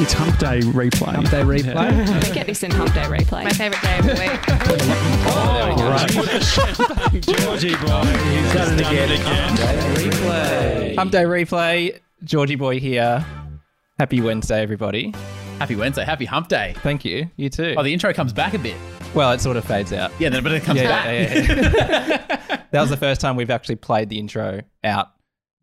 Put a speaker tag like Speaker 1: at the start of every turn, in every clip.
Speaker 1: It's Hump Day replay.
Speaker 2: Hump Day replay.
Speaker 3: We get this in hump day replay.
Speaker 4: My favourite day of the week.
Speaker 5: Georgie boy, he's done it again.
Speaker 2: Hump Day replay. Georgie boy here. Happy Wednesday, everybody.
Speaker 6: Happy Wednesday. Happy Hump Day.
Speaker 2: Thank you. You too.
Speaker 6: Oh, the intro comes back a bit.
Speaker 2: well, it sort of fades out.
Speaker 6: Yeah, then but it comes back.
Speaker 2: yeah, yeah. that was the first time we've actually played the intro out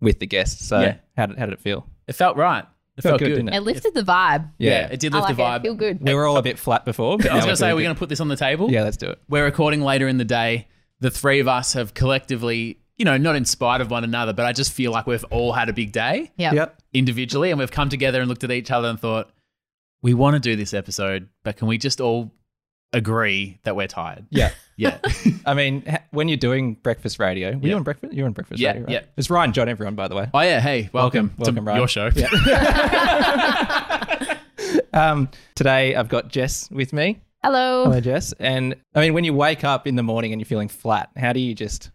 Speaker 2: with the guests. So
Speaker 6: Yeah.
Speaker 2: how, did, how did it feel?
Speaker 6: It felt right. It felt, good.
Speaker 2: didn't
Speaker 3: It lifted the vibe.
Speaker 6: Yeah. it did
Speaker 3: I
Speaker 6: lift
Speaker 3: like
Speaker 6: the
Speaker 3: It.
Speaker 6: vibe.
Speaker 3: Feel good.
Speaker 2: We were all a bit flat before. But
Speaker 6: I was
Speaker 2: now
Speaker 6: going to say,
Speaker 2: doing
Speaker 6: we're going
Speaker 2: good.
Speaker 6: to put this on the table.
Speaker 2: Yeah, let's do it.
Speaker 6: We're recording later in the day. The three of us have collectively, you know, not in spite of one another, but I just feel like we've all had a big day
Speaker 3: Yep.
Speaker 6: individually and we've come together and looked at each other and thought, we want to do this episode, but can we just all agree that we're tired?
Speaker 2: Yeah.
Speaker 6: Yeah.
Speaker 2: I mean, ha- when you're doing breakfast radio, were you
Speaker 6: Yeah.
Speaker 2: on breakfast? You're on breakfast
Speaker 6: Yeah,
Speaker 2: radio, right?
Speaker 6: yeah.
Speaker 2: It's Ryan John, everyone, by the way.
Speaker 6: oh, yeah. Hey, welcome,
Speaker 2: Welcome, welcome,
Speaker 6: to
Speaker 2: Ryan.
Speaker 6: your show. Yeah. Oh.
Speaker 2: Um, today, I've got Jess with me.
Speaker 3: Hello.
Speaker 2: Hello, Jess. And I mean, when you wake up in the morning and you're feeling flat, how do you just,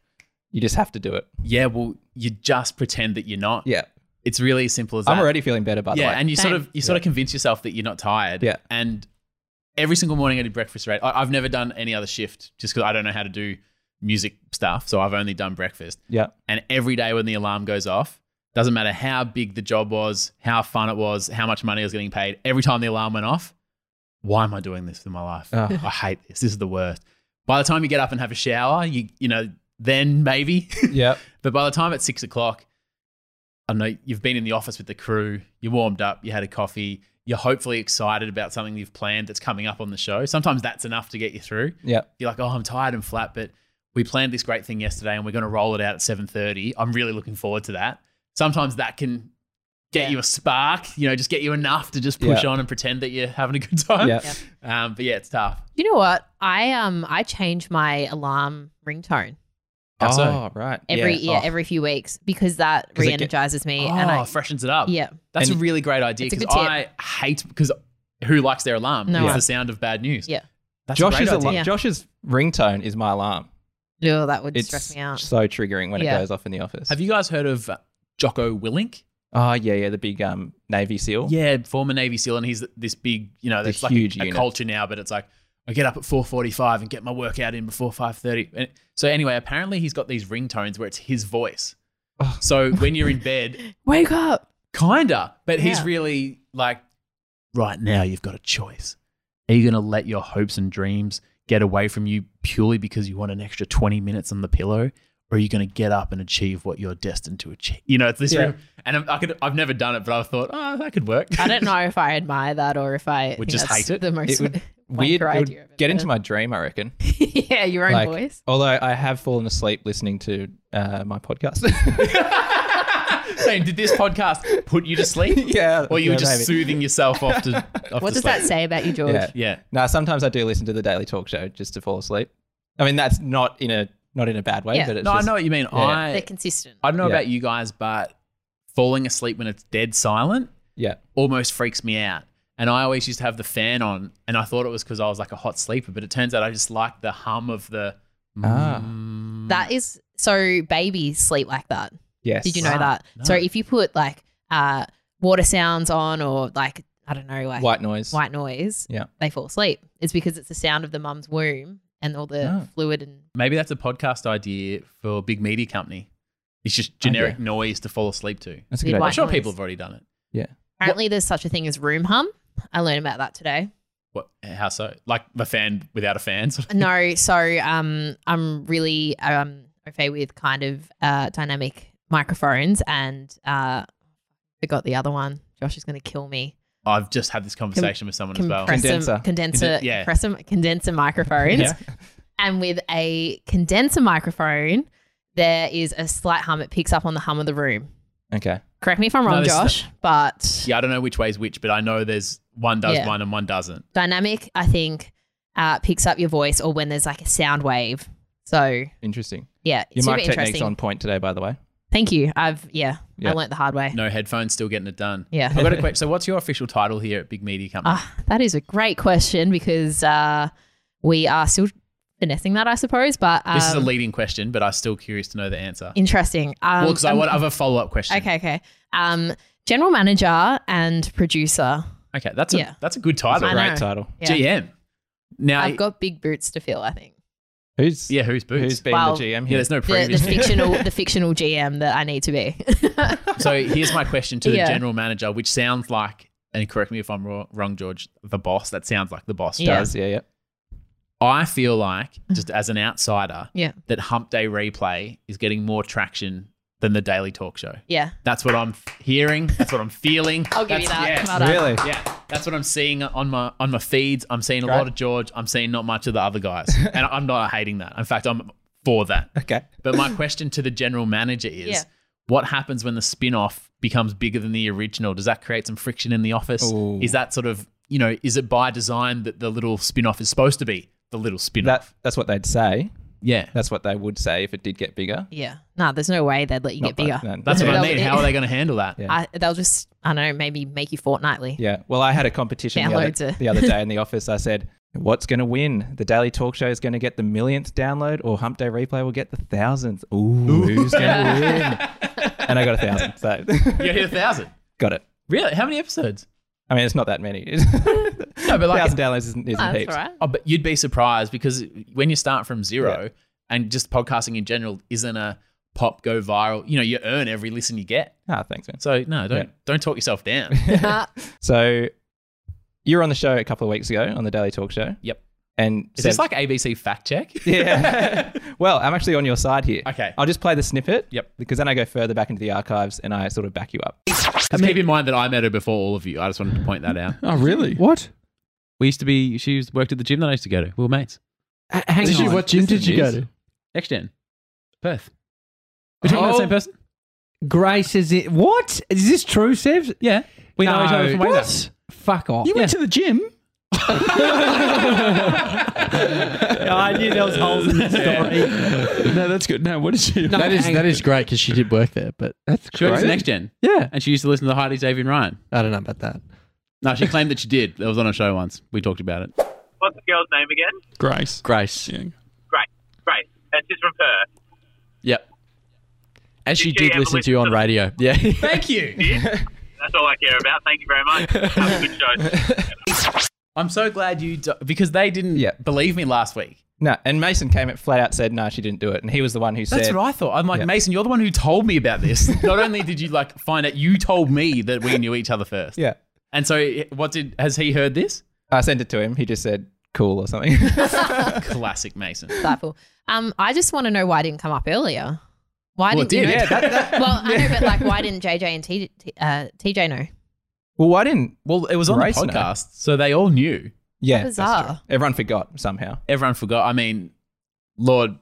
Speaker 2: you just have to do it?
Speaker 6: yeah, well, you just pretend that you're not.
Speaker 2: Yeah.
Speaker 6: It's really as simple as that.
Speaker 2: I'm already feeling better, by the
Speaker 6: yeah,
Speaker 2: way.
Speaker 6: and you sort
Speaker 3: Same.
Speaker 6: of you sort of convince yourself that you're not tired.
Speaker 2: Yeah.
Speaker 6: And every single morning I do breakfast radio. I, I've never done any other shift just because I don't know how to do music stuff, so I've only done breakfast.
Speaker 2: yeah.
Speaker 6: And every day when the alarm goes off, doesn't matter how big the job was, how fun it was, how much money I was getting paid. Every time the alarm went off, why am I doing this in my life?
Speaker 2: Oh.
Speaker 6: I hate this. This is the worst. By the time you get up and have a shower, you you know then maybe.
Speaker 2: Yeah.
Speaker 6: But by the time it's six o'clock, I know you've been in the office with the crew, you warmed up, you had a coffee, you're hopefully excited about something you've planned that's coming up on the show. Sometimes that's enough to get you through.
Speaker 2: Yeah.
Speaker 6: You're like, oh, I'm tired and flat, but we planned this great thing yesterday and we're going to roll it out at 7.30. I'm really looking forward to that. Sometimes that can get you a spark, you know, just get you enough to just push
Speaker 2: Yeah.
Speaker 6: on and pretend that you're having a good time.
Speaker 2: Yeah.
Speaker 6: Um, but yeah, it's tough.
Speaker 3: You know what? I um I change my alarm ringtone
Speaker 6: How so?
Speaker 2: Oh, right.
Speaker 3: every
Speaker 2: yeah.
Speaker 3: yeah,
Speaker 2: Oh.
Speaker 3: every few weeks because that
Speaker 2: 'Cause it
Speaker 3: re
Speaker 2: get-
Speaker 3: energizes me
Speaker 6: Oh,
Speaker 3: and I
Speaker 6: freshens it up.
Speaker 3: yeah.
Speaker 6: That's
Speaker 2: And-
Speaker 6: a really great idea
Speaker 3: It's a
Speaker 6: because
Speaker 3: good
Speaker 6: I hate because who likes their alarm?
Speaker 3: No
Speaker 6: it's
Speaker 3: one.
Speaker 6: the sound of bad news.
Speaker 3: Yeah.
Speaker 6: That's a
Speaker 2: Oh.
Speaker 6: great
Speaker 2: Josh's, alarm.
Speaker 6: idea.
Speaker 3: Yeah.
Speaker 2: Josh's ringtone is my alarm.
Speaker 3: Oh, that would
Speaker 2: It's
Speaker 3: stress me out.
Speaker 2: so triggering when
Speaker 3: Yeah.
Speaker 2: it goes off in the office.
Speaker 6: Have you guys heard of uh, Jocko Willink?
Speaker 2: Oh, yeah, yeah, the big um, Navy SEAL.
Speaker 6: Yeah, former Navy SEAL, and he's this big, you know,
Speaker 2: The
Speaker 6: it's like
Speaker 2: huge
Speaker 6: a, a
Speaker 2: unit.
Speaker 6: culture now, but it's like I get up at four forty-five and get my workout in before five thirty. And so anyway, apparently he's got these ringtones where it's his voice.
Speaker 2: Oh.
Speaker 6: So when you're in bed,
Speaker 3: Wake up.
Speaker 6: kinda, but he's
Speaker 3: Yeah.
Speaker 6: really like, right now you've got a choice. Are you going to let your hopes and dreams get away from you purely because you want an extra 20 minutes on the pillow? Or are you going to get up and achieve what you're destined to achieve? You know, it's this
Speaker 2: Yeah.
Speaker 6: room. And I'm, I could, I've never done it, but I thought, oh, that could work.
Speaker 3: I don't know if I admire that or if I
Speaker 6: Would
Speaker 3: think
Speaker 6: just
Speaker 3: that's
Speaker 6: hate it?
Speaker 3: The most
Speaker 2: It would-
Speaker 3: wanker
Speaker 2: Weird. it would
Speaker 3: idea of it,
Speaker 2: get
Speaker 3: but-
Speaker 2: into my dream, I reckon.
Speaker 3: yeah, your own
Speaker 2: Like,
Speaker 3: voice.
Speaker 2: Although I have fallen asleep listening to uh, my podcast.
Speaker 6: so did this podcast put you to sleep?
Speaker 2: yeah.
Speaker 6: Or you
Speaker 2: yeah,
Speaker 6: were just
Speaker 2: maybe.
Speaker 6: soothing yourself off to, off to
Speaker 3: What does
Speaker 6: sleep?
Speaker 3: that say about you, George?
Speaker 2: Yeah.
Speaker 6: Yeah.
Speaker 2: No, sometimes I do listen to the Daily Talk Show just to fall asleep. I mean, that's not in a not in a bad way,
Speaker 3: Yeah.
Speaker 2: but it's
Speaker 6: no,
Speaker 2: just,
Speaker 6: I know what you mean.
Speaker 2: yeah.
Speaker 6: I,
Speaker 3: They're consistent.
Speaker 6: I don't know
Speaker 2: Yeah.
Speaker 6: about you guys, but falling asleep when it's dead silent
Speaker 2: Yeah,
Speaker 6: almost freaks me out. And I always used to have the fan on, and I thought it was because I was like a hot sleeper, but it turns out I just like the hum of the.
Speaker 2: Ah.
Speaker 6: Mm.
Speaker 3: That is so babies sleep like that.
Speaker 2: yes.
Speaker 3: Did you know
Speaker 6: Wow.
Speaker 3: that?
Speaker 6: No.
Speaker 3: So if you put like uh, water sounds on or like I don't know, like
Speaker 2: White noise.
Speaker 3: white noise,
Speaker 2: Yeah.
Speaker 3: they fall asleep. It's because it's the sound of the mum's womb and all the
Speaker 2: Oh.
Speaker 3: fluid and
Speaker 6: Maybe that's a podcast idea for a big media company. It's just generic noise to fall asleep to.
Speaker 2: That's a
Speaker 3: Need
Speaker 2: good
Speaker 6: I'm
Speaker 3: white
Speaker 2: idea.
Speaker 6: sure
Speaker 3: noise.
Speaker 6: people have already done it.
Speaker 3: apparently there's such a thing as room hum. I learned about that today.
Speaker 6: What? How so? Like the fan without a fan? sort of-
Speaker 3: No, so um, I'm really um okay with kind of uh, dynamic microphones and uh, forgot the other one. Josh is going to kill me.
Speaker 6: I've just had this conversation with someone as well.
Speaker 3: compressor,
Speaker 2: Condenser.
Speaker 3: condenser,
Speaker 6: Conden- yeah.
Speaker 3: compressor, condenser microphones.
Speaker 6: Yeah.
Speaker 3: And with a condenser microphone, there is a slight hum. It picks up on the hum of the room.
Speaker 2: Okay.
Speaker 3: Correct me if I'm
Speaker 6: No,
Speaker 3: wrong,
Speaker 6: this is
Speaker 3: Josh, but
Speaker 6: Yeah, I don't know which way's which, but I know there's one does
Speaker 3: Yeah.
Speaker 6: one and one doesn't.
Speaker 3: dynamic, I think, uh, picks up your voice or when there's like a sound wave. So
Speaker 2: Interesting.
Speaker 3: yeah,
Speaker 2: Your
Speaker 3: it's super
Speaker 2: mic technique's
Speaker 3: interesting.
Speaker 2: on point today, by the way.
Speaker 3: Thank you. I've yeah,
Speaker 2: Yeah.
Speaker 3: I learnt the hard way.
Speaker 6: No headphones, still getting it done.
Speaker 3: Yeah.
Speaker 6: I've got a question. So, what's your official title here at Big Media Company?
Speaker 3: Ah, that is a great question because uh, we are still finessing that, I suppose. But um,
Speaker 6: this is a leading question, but I'm still curious to know the answer.
Speaker 3: interesting. Um,
Speaker 6: well, because I
Speaker 3: I'm-
Speaker 6: want I have a follow up question.
Speaker 3: Okay, okay. Um, general manager and producer
Speaker 6: Okay, that's a
Speaker 3: Yeah.
Speaker 6: that's a good
Speaker 2: That's
Speaker 6: title.
Speaker 2: a
Speaker 3: I
Speaker 2: great
Speaker 3: know.
Speaker 2: title.
Speaker 3: Yeah.
Speaker 6: GM. Now,
Speaker 3: I've got big boots to fill. I think
Speaker 2: Who's
Speaker 6: yeah, who's boots?
Speaker 2: who's been
Speaker 3: Well,
Speaker 2: the GM
Speaker 6: yeah,
Speaker 2: here?
Speaker 6: there's no
Speaker 3: the, the
Speaker 6: previous.
Speaker 3: fictional the fictional GM that I need to be.
Speaker 6: so here's my question to the
Speaker 3: Yeah.
Speaker 6: general manager, which sounds like, and correct me if I'm wrong, wrong, George, the boss. That sounds like the boss
Speaker 3: Yeah. Mm.
Speaker 6: does.
Speaker 2: yeah, yeah.
Speaker 6: I feel like, just as an outsider,
Speaker 3: yeah,
Speaker 6: that Hump Day Replay is getting more traction than the Daily Talk Show.
Speaker 3: yeah.
Speaker 6: That's what I'm feeling. That's what I'm feeling.
Speaker 3: I'll give you
Speaker 6: That's-
Speaker 3: that.
Speaker 6: yes.
Speaker 3: Well done.
Speaker 2: Really?
Speaker 6: Yeah, that's what I'm seeing on my on my feeds. I'm seeing a
Speaker 2: Great.
Speaker 6: lot of George. I'm seeing not much of the other guys, and I'm not hating that. In fact, I'm for that.
Speaker 2: Okay.
Speaker 6: But my question to the general manager is,
Speaker 3: Yeah.
Speaker 6: what happens when the spin-off becomes bigger than the original? Does that create some friction in the office?
Speaker 2: Ooh.
Speaker 6: Is that sort of you know, is it by design that the little spin-off is supposed to be the little spin-off?
Speaker 2: That that's what they'd say.
Speaker 6: yeah,
Speaker 2: That's what they would say if it did get bigger.
Speaker 3: Yeah. No, there's no way they'd let you
Speaker 2: Not
Speaker 3: get bigger.
Speaker 2: back then.
Speaker 6: that's what I
Speaker 3: Well,
Speaker 6: mean.
Speaker 3: it-
Speaker 6: How are they going to handle that?
Speaker 2: Yeah.
Speaker 3: I, they'll just I don't know maybe make you fortnightly.
Speaker 2: Yeah. Well, I had a competition the
Speaker 3: Downloads
Speaker 2: other,
Speaker 3: are-
Speaker 2: the other day in the office. I said, "What's going to win? The Daily Talk Show is going to get the millionth download, or Hump Day Replay will get the thousandth? Ooh, who's going to win?" And I got a thousand. So
Speaker 6: You hit a thousand.
Speaker 2: got it.
Speaker 6: Really? How many episodes?
Speaker 2: I mean, it's not that many. thousand
Speaker 6: No, but like,
Speaker 2: downloads isn't, isn't
Speaker 3: No, that's
Speaker 2: heaps.
Speaker 3: all right.
Speaker 6: oh, but you'd be surprised because when you start from zero and just podcasting in general isn't a pop go viral. You know, you earn every listen you get.
Speaker 2: Ah, thanks, man.
Speaker 6: So no, don't
Speaker 2: Yeah.
Speaker 6: don't talk yourself down.
Speaker 3: Uh,
Speaker 2: So you were on the show a couple of weeks ago on the Daily Talk Show.
Speaker 6: Yep.
Speaker 2: And
Speaker 6: Is
Speaker 2: said-
Speaker 6: this like ABC fact check?
Speaker 2: yeah. well, I'm actually on your side here.
Speaker 6: Okay.
Speaker 2: I'll just play the snippet.
Speaker 6: Yep.
Speaker 2: Because then I go further back into the archives and I sort of back you up.
Speaker 6: Just keep in mind that I met her before all of you. I just wanted to point that out.
Speaker 1: Oh, really?
Speaker 6: What? We used to be. She used, worked at the gym that I used to go to. We were mates.
Speaker 1: Hang
Speaker 6: Did you-
Speaker 1: on.
Speaker 6: what
Speaker 1: What gym
Speaker 6: distance
Speaker 1: did you go
Speaker 6: is?
Speaker 1: to?
Speaker 6: Next gen, Perth. We're talking about the
Speaker 1: Oh.
Speaker 6: same person.
Speaker 1: Grace is it? What is this true, Sev?
Speaker 6: Yeah, we know each other from way back.
Speaker 1: What? Fuck off!
Speaker 6: You went
Speaker 1: to the gym. I knew there was holes in the story.
Speaker 4: No, that's good. No, what is she?
Speaker 1: No,
Speaker 4: that is
Speaker 1: hang
Speaker 4: that
Speaker 1: on.
Speaker 4: is great because she did work there, but that's
Speaker 6: She works
Speaker 4: great.
Speaker 6: at next gen,
Speaker 4: yeah,
Speaker 6: and she used to listen to Heidi, Xavier, and Ryan.
Speaker 4: I don't know about that.
Speaker 6: No, she claimed that she did. That was on a show once. We talked about it.
Speaker 7: What's the girl's name again?
Speaker 4: Grace, Grace, yeah.
Speaker 7: Grace. Grace. And she's from Perth.
Speaker 4: yep. And she
Speaker 7: Did you
Speaker 4: did
Speaker 7: ever
Speaker 4: listen to
Speaker 7: listen
Speaker 4: you on
Speaker 7: to-
Speaker 4: radio. Yeah,
Speaker 6: Thank you.
Speaker 7: That's all I care about. Thank you very much. Have a good show.
Speaker 6: I'm so glad you do- because they didn't
Speaker 2: Yeah.
Speaker 6: believe me last week.
Speaker 2: No, and Mason came at flat out said, no, she didn't do it. And he was the one who said,
Speaker 6: That's what I thought. I'm like
Speaker 2: Yeah.
Speaker 6: Mason. You're the one who told me about this. Not only did you like find out, you told me that we knew each other first.
Speaker 2: yeah.
Speaker 6: And so, what did has he heard this?
Speaker 2: I sent it to him. He just said, cool or something.
Speaker 6: Classic Mason.
Speaker 3: insightful. Um, I just want to know why it didn't come up earlier. Why
Speaker 6: Well, it
Speaker 3: didn't you
Speaker 6: did.
Speaker 3: know-
Speaker 6: Yeah, that-
Speaker 3: well, I know, but like, why didn't JJ and T, T- uh, TJ know?
Speaker 2: well, why didn't?
Speaker 6: Well, it was on
Speaker 2: Grace
Speaker 6: the
Speaker 2: knows.
Speaker 6: podcast, so they all knew.
Speaker 2: Yeah. that's
Speaker 3: Bizarre.
Speaker 2: true. Everyone forgot somehow.
Speaker 6: Everyone forgot. I mean, Lord,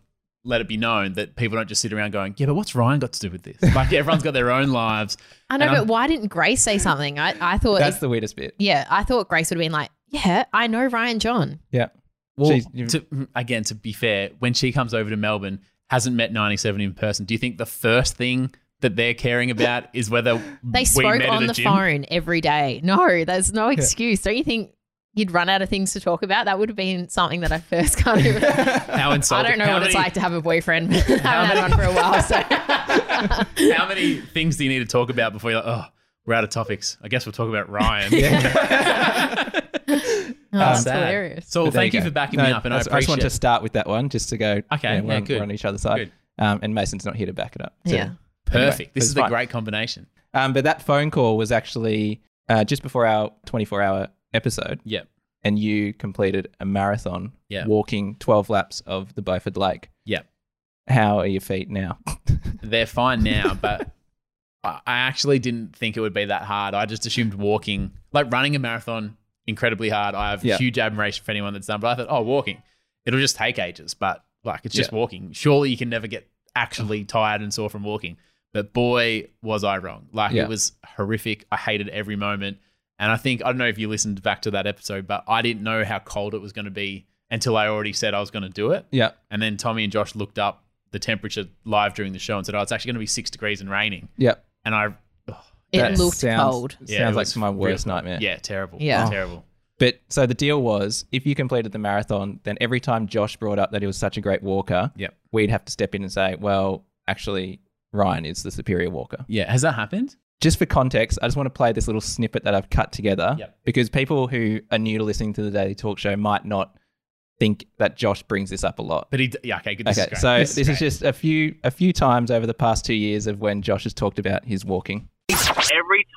Speaker 6: let it be known that people don't just sit around going, "Yeah, but what's Ryan got to do with this?" Like everyone's got their own lives.
Speaker 3: I know,
Speaker 6: And I'm-
Speaker 3: but why didn't Grace say something? I, I thought,
Speaker 2: That's
Speaker 3: if-
Speaker 2: the weirdest bit.
Speaker 3: yeah, I thought Grace would have been like, yeah, I know Ryan John.
Speaker 2: Yeah.
Speaker 6: Well,
Speaker 2: She's- you-
Speaker 6: to, again, to be fair, when she comes over to Melbourne, hasn't met 97 in person. Do you think the first thing that they're caring about is whether
Speaker 3: They
Speaker 6: we
Speaker 3: spoke
Speaker 6: met at
Speaker 3: on
Speaker 6: a
Speaker 3: the
Speaker 6: gym?
Speaker 3: phone every day. No, there's no excuse. Don't you think you'd run out of things to talk about? That would have been something that I first kind of.
Speaker 6: How
Speaker 3: I
Speaker 6: insulting!
Speaker 3: don't know
Speaker 6: How
Speaker 3: what it's
Speaker 6: many-
Speaker 3: like to have a boyfriend. I haven't had one for a while, so
Speaker 6: How many things do you need to talk about before you're like, oh, we're out of topics? I guess we'll talk about Ryan.
Speaker 3: Oh,
Speaker 6: How
Speaker 3: that's
Speaker 6: sad.
Speaker 3: hilarious.
Speaker 6: So
Speaker 2: But there
Speaker 6: thank you,
Speaker 2: go.
Speaker 6: for backing
Speaker 2: No,
Speaker 6: me up, and I
Speaker 2: that's- just
Speaker 6: appreciate.
Speaker 2: want to start with that one just to go.
Speaker 6: Okay,
Speaker 2: we're,
Speaker 6: yeah,
Speaker 2: on,
Speaker 6: good.
Speaker 2: we're on each other's side.
Speaker 6: Good.
Speaker 2: Um, and Mason's not here to back it up. So-
Speaker 3: Yeah.
Speaker 6: Perfect.
Speaker 2: Anyway,
Speaker 6: this
Speaker 2: it's
Speaker 6: is a
Speaker 2: fine.
Speaker 6: great combination.
Speaker 2: Um, but that phone call was actually uh, just before our 24 hour episode,
Speaker 6: Yep.
Speaker 2: and you completed a marathon
Speaker 6: Yeah.
Speaker 2: walking 12 laps of the Beaufort Lake.
Speaker 6: Yep.
Speaker 2: How are your feet now?
Speaker 6: They're fine now, but I I actually didn't think it would be that hard. I just assumed walking, like running a marathon, incredibly hard. I have
Speaker 2: Yeah.
Speaker 6: huge admiration for anyone that's done, but I thought, oh, walking, it'll just take ages, but like it's just walking. Surely you can never get actually tired and sore from walking. But boy, was I wrong. Like
Speaker 2: Yeah.
Speaker 6: it was horrific. I hated every moment. And I think, I don't know if you listened back to that episode, but I didn't know how cold it was going to be until I already said I was going to do it.
Speaker 2: yeah.
Speaker 6: And then Tommy and Josh looked up the temperature live during the show and said, "Oh, it's actually going to be six degrees and raining."
Speaker 2: Yeah.
Speaker 6: And I, ugh,
Speaker 3: It
Speaker 2: That
Speaker 3: looked
Speaker 2: sounds,
Speaker 3: cold.
Speaker 2: Sounds
Speaker 6: Yeah, it
Speaker 2: like
Speaker 6: was
Speaker 2: my worst
Speaker 6: real-
Speaker 2: nightmare.
Speaker 6: yeah, terrible.
Speaker 3: Yeah. Oh.
Speaker 6: terrible.
Speaker 2: But so the deal was if you completed the marathon, then every time Josh brought up that he was such a great walker,
Speaker 6: Yep.
Speaker 2: we'd have to step in and say, well, actually, Ryan is the superior walker.
Speaker 6: Yeah, has that happened?
Speaker 2: just for context, I just want to play this little snippet that I've cut together
Speaker 6: Yep.
Speaker 2: because people who are new to listening to the Daily Talk Show might not think that Josh brings this up a lot.
Speaker 6: But he, d- yeah, okay, good. This
Speaker 2: Okay,
Speaker 6: is great.
Speaker 2: so
Speaker 6: This
Speaker 2: this, is
Speaker 6: great.
Speaker 2: just a few a few times over the past two years of when Josh has talked about his walking.
Speaker 7: Every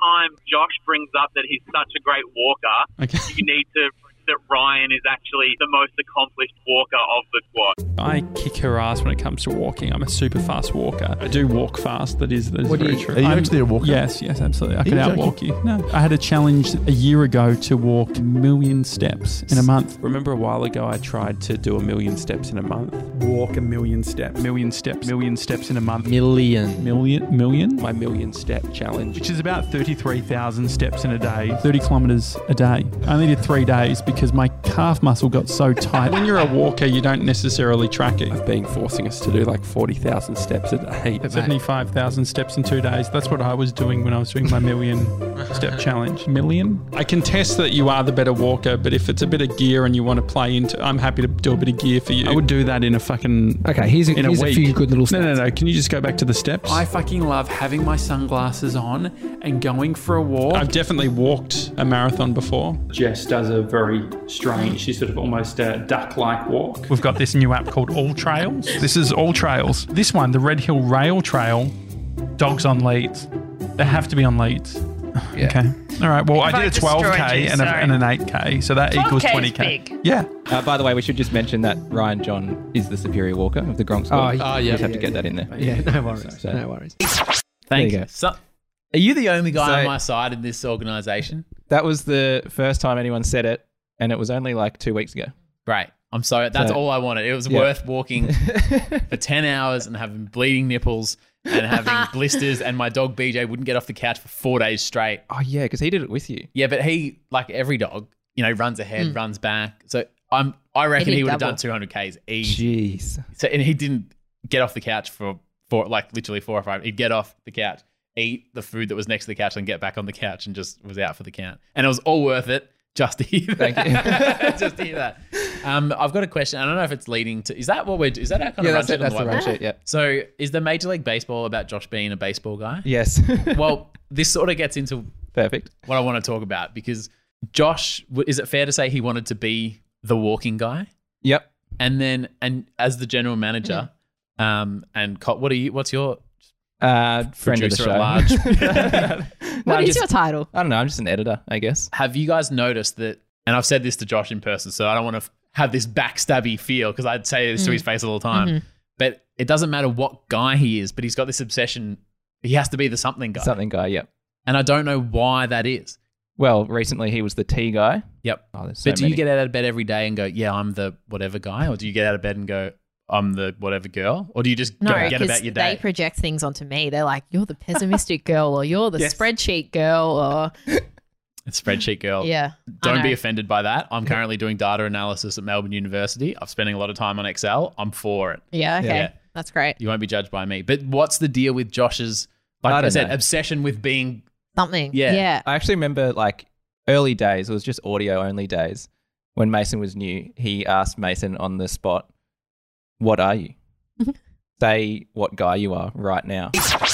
Speaker 7: time Josh brings up that he's such a great walker,
Speaker 4: Okay.
Speaker 7: you need to that Ryan is actually the most accomplished walker of the squad.
Speaker 5: I kick her ass when it comes to walking. I'm a super fast walker. I do walk fast. That is that is very true.
Speaker 8: Are you
Speaker 5: I'm-
Speaker 8: actually a walker?
Speaker 5: Yes, yes, absolutely. I can
Speaker 8: you
Speaker 5: outwalk you. No, I had a challenge a year ago to walk a million steps in a month. Remember a while ago I tried to do a million steps in a month. Walk a million steps. Million steps. Million steps in a month.
Speaker 4: Million.
Speaker 5: Million, million, my million step challenge, which is about 33,000 steps in a day, 30 kilometers a day. I only did three days because my calf muscle got so tight. when you're a walker, you don't necessarily track it. I've been forcing us to do like 40,000 steps a day, 75,000 steps in two days. That's what I was doing when I was doing my million step challenge. Million? I contest that you are the better walker, but if it's a bit of gear and you want to play into, I'm happy to do a bit of gear for you. I would do that in a fucking
Speaker 9: Okay, here's a,
Speaker 5: in
Speaker 9: here's a,
Speaker 5: a week.
Speaker 9: few good little
Speaker 5: no,
Speaker 9: stats.
Speaker 5: no, no. Can you just go back to the steps?
Speaker 8: I fucking love having my sunglasses on and going for a walk.
Speaker 5: I've definitely walked a marathon before.
Speaker 10: Jess does a very strange, she's sort of almost a duck like walk.
Speaker 5: We've got this new app called All Trails. This is All Trails. This one, the Red Hill Rail Trail, dogs on leads. They have to be on leads. Okay. All right. Well, I
Speaker 11: I
Speaker 5: did a
Speaker 11: destroyed
Speaker 5: 12K
Speaker 11: you,
Speaker 5: and, a,
Speaker 11: sorry.
Speaker 5: and an 8K. So that equals
Speaker 11: 12K is
Speaker 5: 20K.
Speaker 11: big.
Speaker 5: Yeah.
Speaker 2: Uh, by the way, we should just mention that Ryan John is the superior walker of the Gronk squad.
Speaker 9: Oh,
Speaker 4: Oh,
Speaker 2: We
Speaker 4: yeah.
Speaker 2: just have to get that in there.
Speaker 9: yeah, no worries.
Speaker 2: So-
Speaker 9: No worries.
Speaker 6: Thank
Speaker 2: There you
Speaker 6: you.
Speaker 2: go.
Speaker 6: So, are you the only guy on
Speaker 2: So-
Speaker 6: my side in this organization?
Speaker 2: That was the first time anyone said it, and it was only like two weeks ago.
Speaker 6: Great. I'm sorry. That's
Speaker 2: So-
Speaker 6: all I wanted. It was
Speaker 2: Yeah.
Speaker 6: worth walking for 10 hours and having bleeding nipples and having blisters, and my dog BJ wouldn't get off the couch for four days straight.
Speaker 2: Oh yeah, because he did it with you.
Speaker 6: Yeah, but he, like every dog, you know, runs ahead, runs back. So I'm, I reckon
Speaker 3: did
Speaker 6: he would have
Speaker 3: double.
Speaker 6: done 200 Ks easy.
Speaker 2: Jeez.
Speaker 6: So, and he didn't get off the couch for, for like literally four or five. He'd get off the couch, eat the food that was next to the couch, and get back on the couch and just was out for the count. And it was all worth it just to hear that. just to hear that. Um, I've got a question. I don't know if it's leading to. Is that what we're? Is that our kind
Speaker 2: Yeah,
Speaker 6: of
Speaker 2: that's
Speaker 6: run
Speaker 2: it. That's
Speaker 6: sheet on
Speaker 2: the
Speaker 6: whiteboard?
Speaker 2: run sheet. Yeah.
Speaker 6: So is the Major League Baseball about Josh being a baseball guy?
Speaker 2: Yes.
Speaker 6: Well, this sort of gets into
Speaker 2: Perfect.
Speaker 6: what I want to talk about because Josh, w- is it fair to say he wanted to be the walking guy?
Speaker 2: Yep.
Speaker 6: And then, and as the general manager, um, and co- what are you? What's your?
Speaker 2: Uh, friend of the
Speaker 6: Producer
Speaker 2: show.
Speaker 6: at large.
Speaker 2: No,
Speaker 3: What
Speaker 2: I'm
Speaker 3: is
Speaker 2: just-
Speaker 3: your title?
Speaker 2: I don't know. I'm just an editor, I guess.
Speaker 6: Have you guys noticed that? And I've said this to Josh in person, so I don't want to f- have this backstabby feel because I'd say this to his face all the time. But it doesn't matter what guy he is, but he's got this obsession. He has to be the something guy,
Speaker 2: Something guy. Yep.
Speaker 6: and I don't know why that is.
Speaker 2: Well, recently he was the tea guy.
Speaker 6: Yep.
Speaker 2: Oh, there's so
Speaker 6: but do
Speaker 2: many.
Speaker 6: you get out of bed every day and go, "Yeah, I'm the whatever guy," or do you get out of bed and go, "I'm the whatever girl," or do you just
Speaker 3: No,
Speaker 6: go get
Speaker 3: because
Speaker 6: about your
Speaker 3: they
Speaker 6: day?
Speaker 3: project things onto me. They're like, "You're the pessimistic girl," or "You're the spreadsheet girl,"
Speaker 6: It's spreadsheet girl.
Speaker 3: or yeah. I
Speaker 6: Don't be
Speaker 3: know.
Speaker 6: offended by that. I'm currently doing data analysis at Melbourne University. I'm spending a lot of time on Excel. I'm for it.
Speaker 3: Yeah. Okay.
Speaker 6: Yeah.
Speaker 3: That's great.
Speaker 6: You won't be judged by me. But what's the deal with Josh's, like
Speaker 2: I
Speaker 6: I,
Speaker 2: don't
Speaker 6: said,
Speaker 2: know.
Speaker 6: obsession with being?
Speaker 3: Something.
Speaker 6: Yeah.
Speaker 3: Yeah.
Speaker 2: I actually remember like early days, it was just audio only days. When Mason was new, he asked Mason on the spot, What are you? Say what guy you are right now.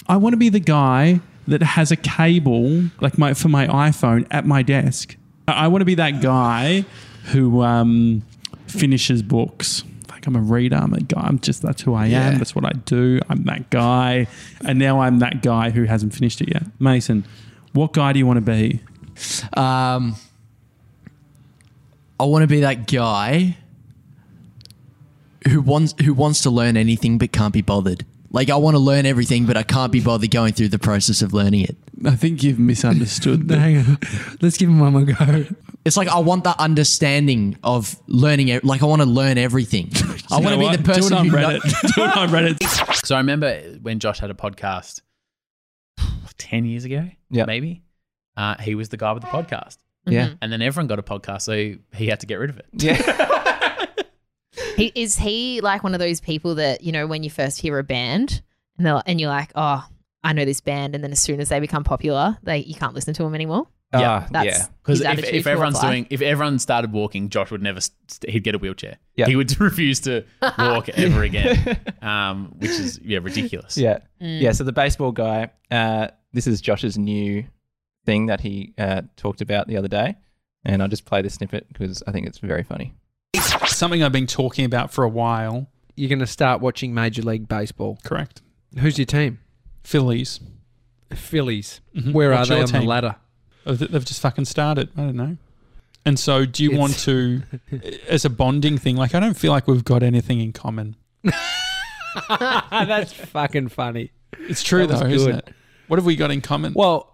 Speaker 5: I want to be the guy that has a cable like my for my iPhone at my desk. I I want to be that guy who um, finishes books. Like I'm a reader. I'm a guy. I'm just that's who I am. That's what I do. I'm that guy. And now I'm that guy who hasn't finished it yet. Mason, what guy do you want to be?
Speaker 8: Um, I want to be that guy who wants who wants to learn anything but can't be bothered. Like I want to learn everything, but I can't be bothered going through the process of learning it.
Speaker 5: I think you've misunderstood.
Speaker 9: Hang on. Let's give him one more go.
Speaker 8: It's like I want the understanding of learning. it. Like I want to learn everything. I want to be the person
Speaker 5: Do it on
Speaker 8: who kno-
Speaker 5: Reddit. Do it on Reddit.
Speaker 6: So I remember when Josh had a podcast 10 years ago,
Speaker 2: Yeah.
Speaker 6: maybe. Uh, he was the guy with the podcast.
Speaker 2: Yeah.
Speaker 6: And then everyone got a podcast, so he had to get rid of it.
Speaker 2: Yeah.
Speaker 3: He, is he like one of those people that you know when you first hear a band and they're, and you're like, oh, I know this band, and then as soon as they become popular, they you can't listen to them anymore.
Speaker 6: Yeah,
Speaker 2: Ah,
Speaker 3: That's
Speaker 2: yeah.
Speaker 6: Because
Speaker 3: his
Speaker 6: if,
Speaker 3: attitude
Speaker 6: if
Speaker 3: towards
Speaker 6: everyone's
Speaker 3: life.
Speaker 6: doing, if everyone started walking, Josh would never, st- he'd get a wheelchair.
Speaker 2: Yeah.
Speaker 6: He would refuse to walk ever again, um, which is, yeah, ridiculous.
Speaker 2: Yeah. Yeah. So the baseball guy, uh, This is Josh's new thing that he uh, talked about the other day, and I'll just play this snippet because I think it's very funny.
Speaker 5: Something I've been talking about for a while.
Speaker 11: You're going to start watching Major League Baseball.
Speaker 5: Correct.
Speaker 11: Who's your team?
Speaker 5: Phillies.
Speaker 11: Phillies. Where
Speaker 5: What's
Speaker 11: are they
Speaker 5: your
Speaker 11: on the
Speaker 5: team?
Speaker 11: ladder?
Speaker 5: Oh, th- They've just fucking started. I don't know. And so, do you want to, as a bonding thing, like, I don't feel like we've got anything in common.
Speaker 11: That's fucking funny.
Speaker 5: It's true,
Speaker 11: That was
Speaker 5: though, isn't
Speaker 11: good.
Speaker 5: it? What have we got in common?
Speaker 11: Well,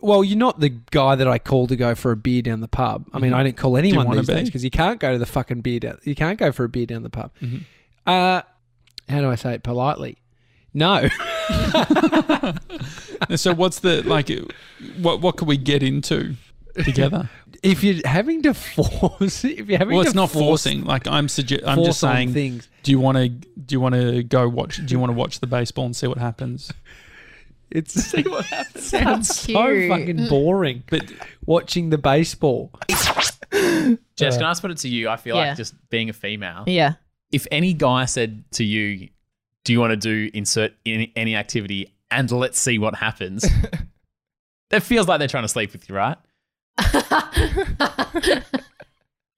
Speaker 11: well, you're not the guy that I call to go for a beer down the pub. I mean,
Speaker 5: Mhm.
Speaker 11: I don't call
Speaker 5: Do you
Speaker 11: anyone
Speaker 5: wanna
Speaker 11: these
Speaker 5: be?
Speaker 11: days because you can't go to the fucking beer. Down, you can't go for a beer down the pub.
Speaker 5: Mhm.
Speaker 11: Uh, how do I say it politely? No.
Speaker 5: And so, what's the, like, what what could we get into together?
Speaker 11: if you're having to force, if you're having
Speaker 5: well,
Speaker 11: to
Speaker 5: it's not
Speaker 11: force,
Speaker 5: forcing. Like I'm suge- I'm just
Speaker 11: force on
Speaker 5: saying.
Speaker 11: things.
Speaker 5: Do you want to? Do you want to go watch? Do you want to watch the baseball and see what happens?
Speaker 11: It's see what happens. Sounds so
Speaker 3: cute.
Speaker 11: fucking boring.
Speaker 5: But
Speaker 11: watching the baseball.
Speaker 6: Jess, can I just put it to you? I feel
Speaker 3: Yeah.
Speaker 6: like just being a female.
Speaker 3: Yeah.
Speaker 6: If any guy said to you, "Do you want to do insert any, any activity and let's see what happens," that feels like they're trying to sleep with you, right?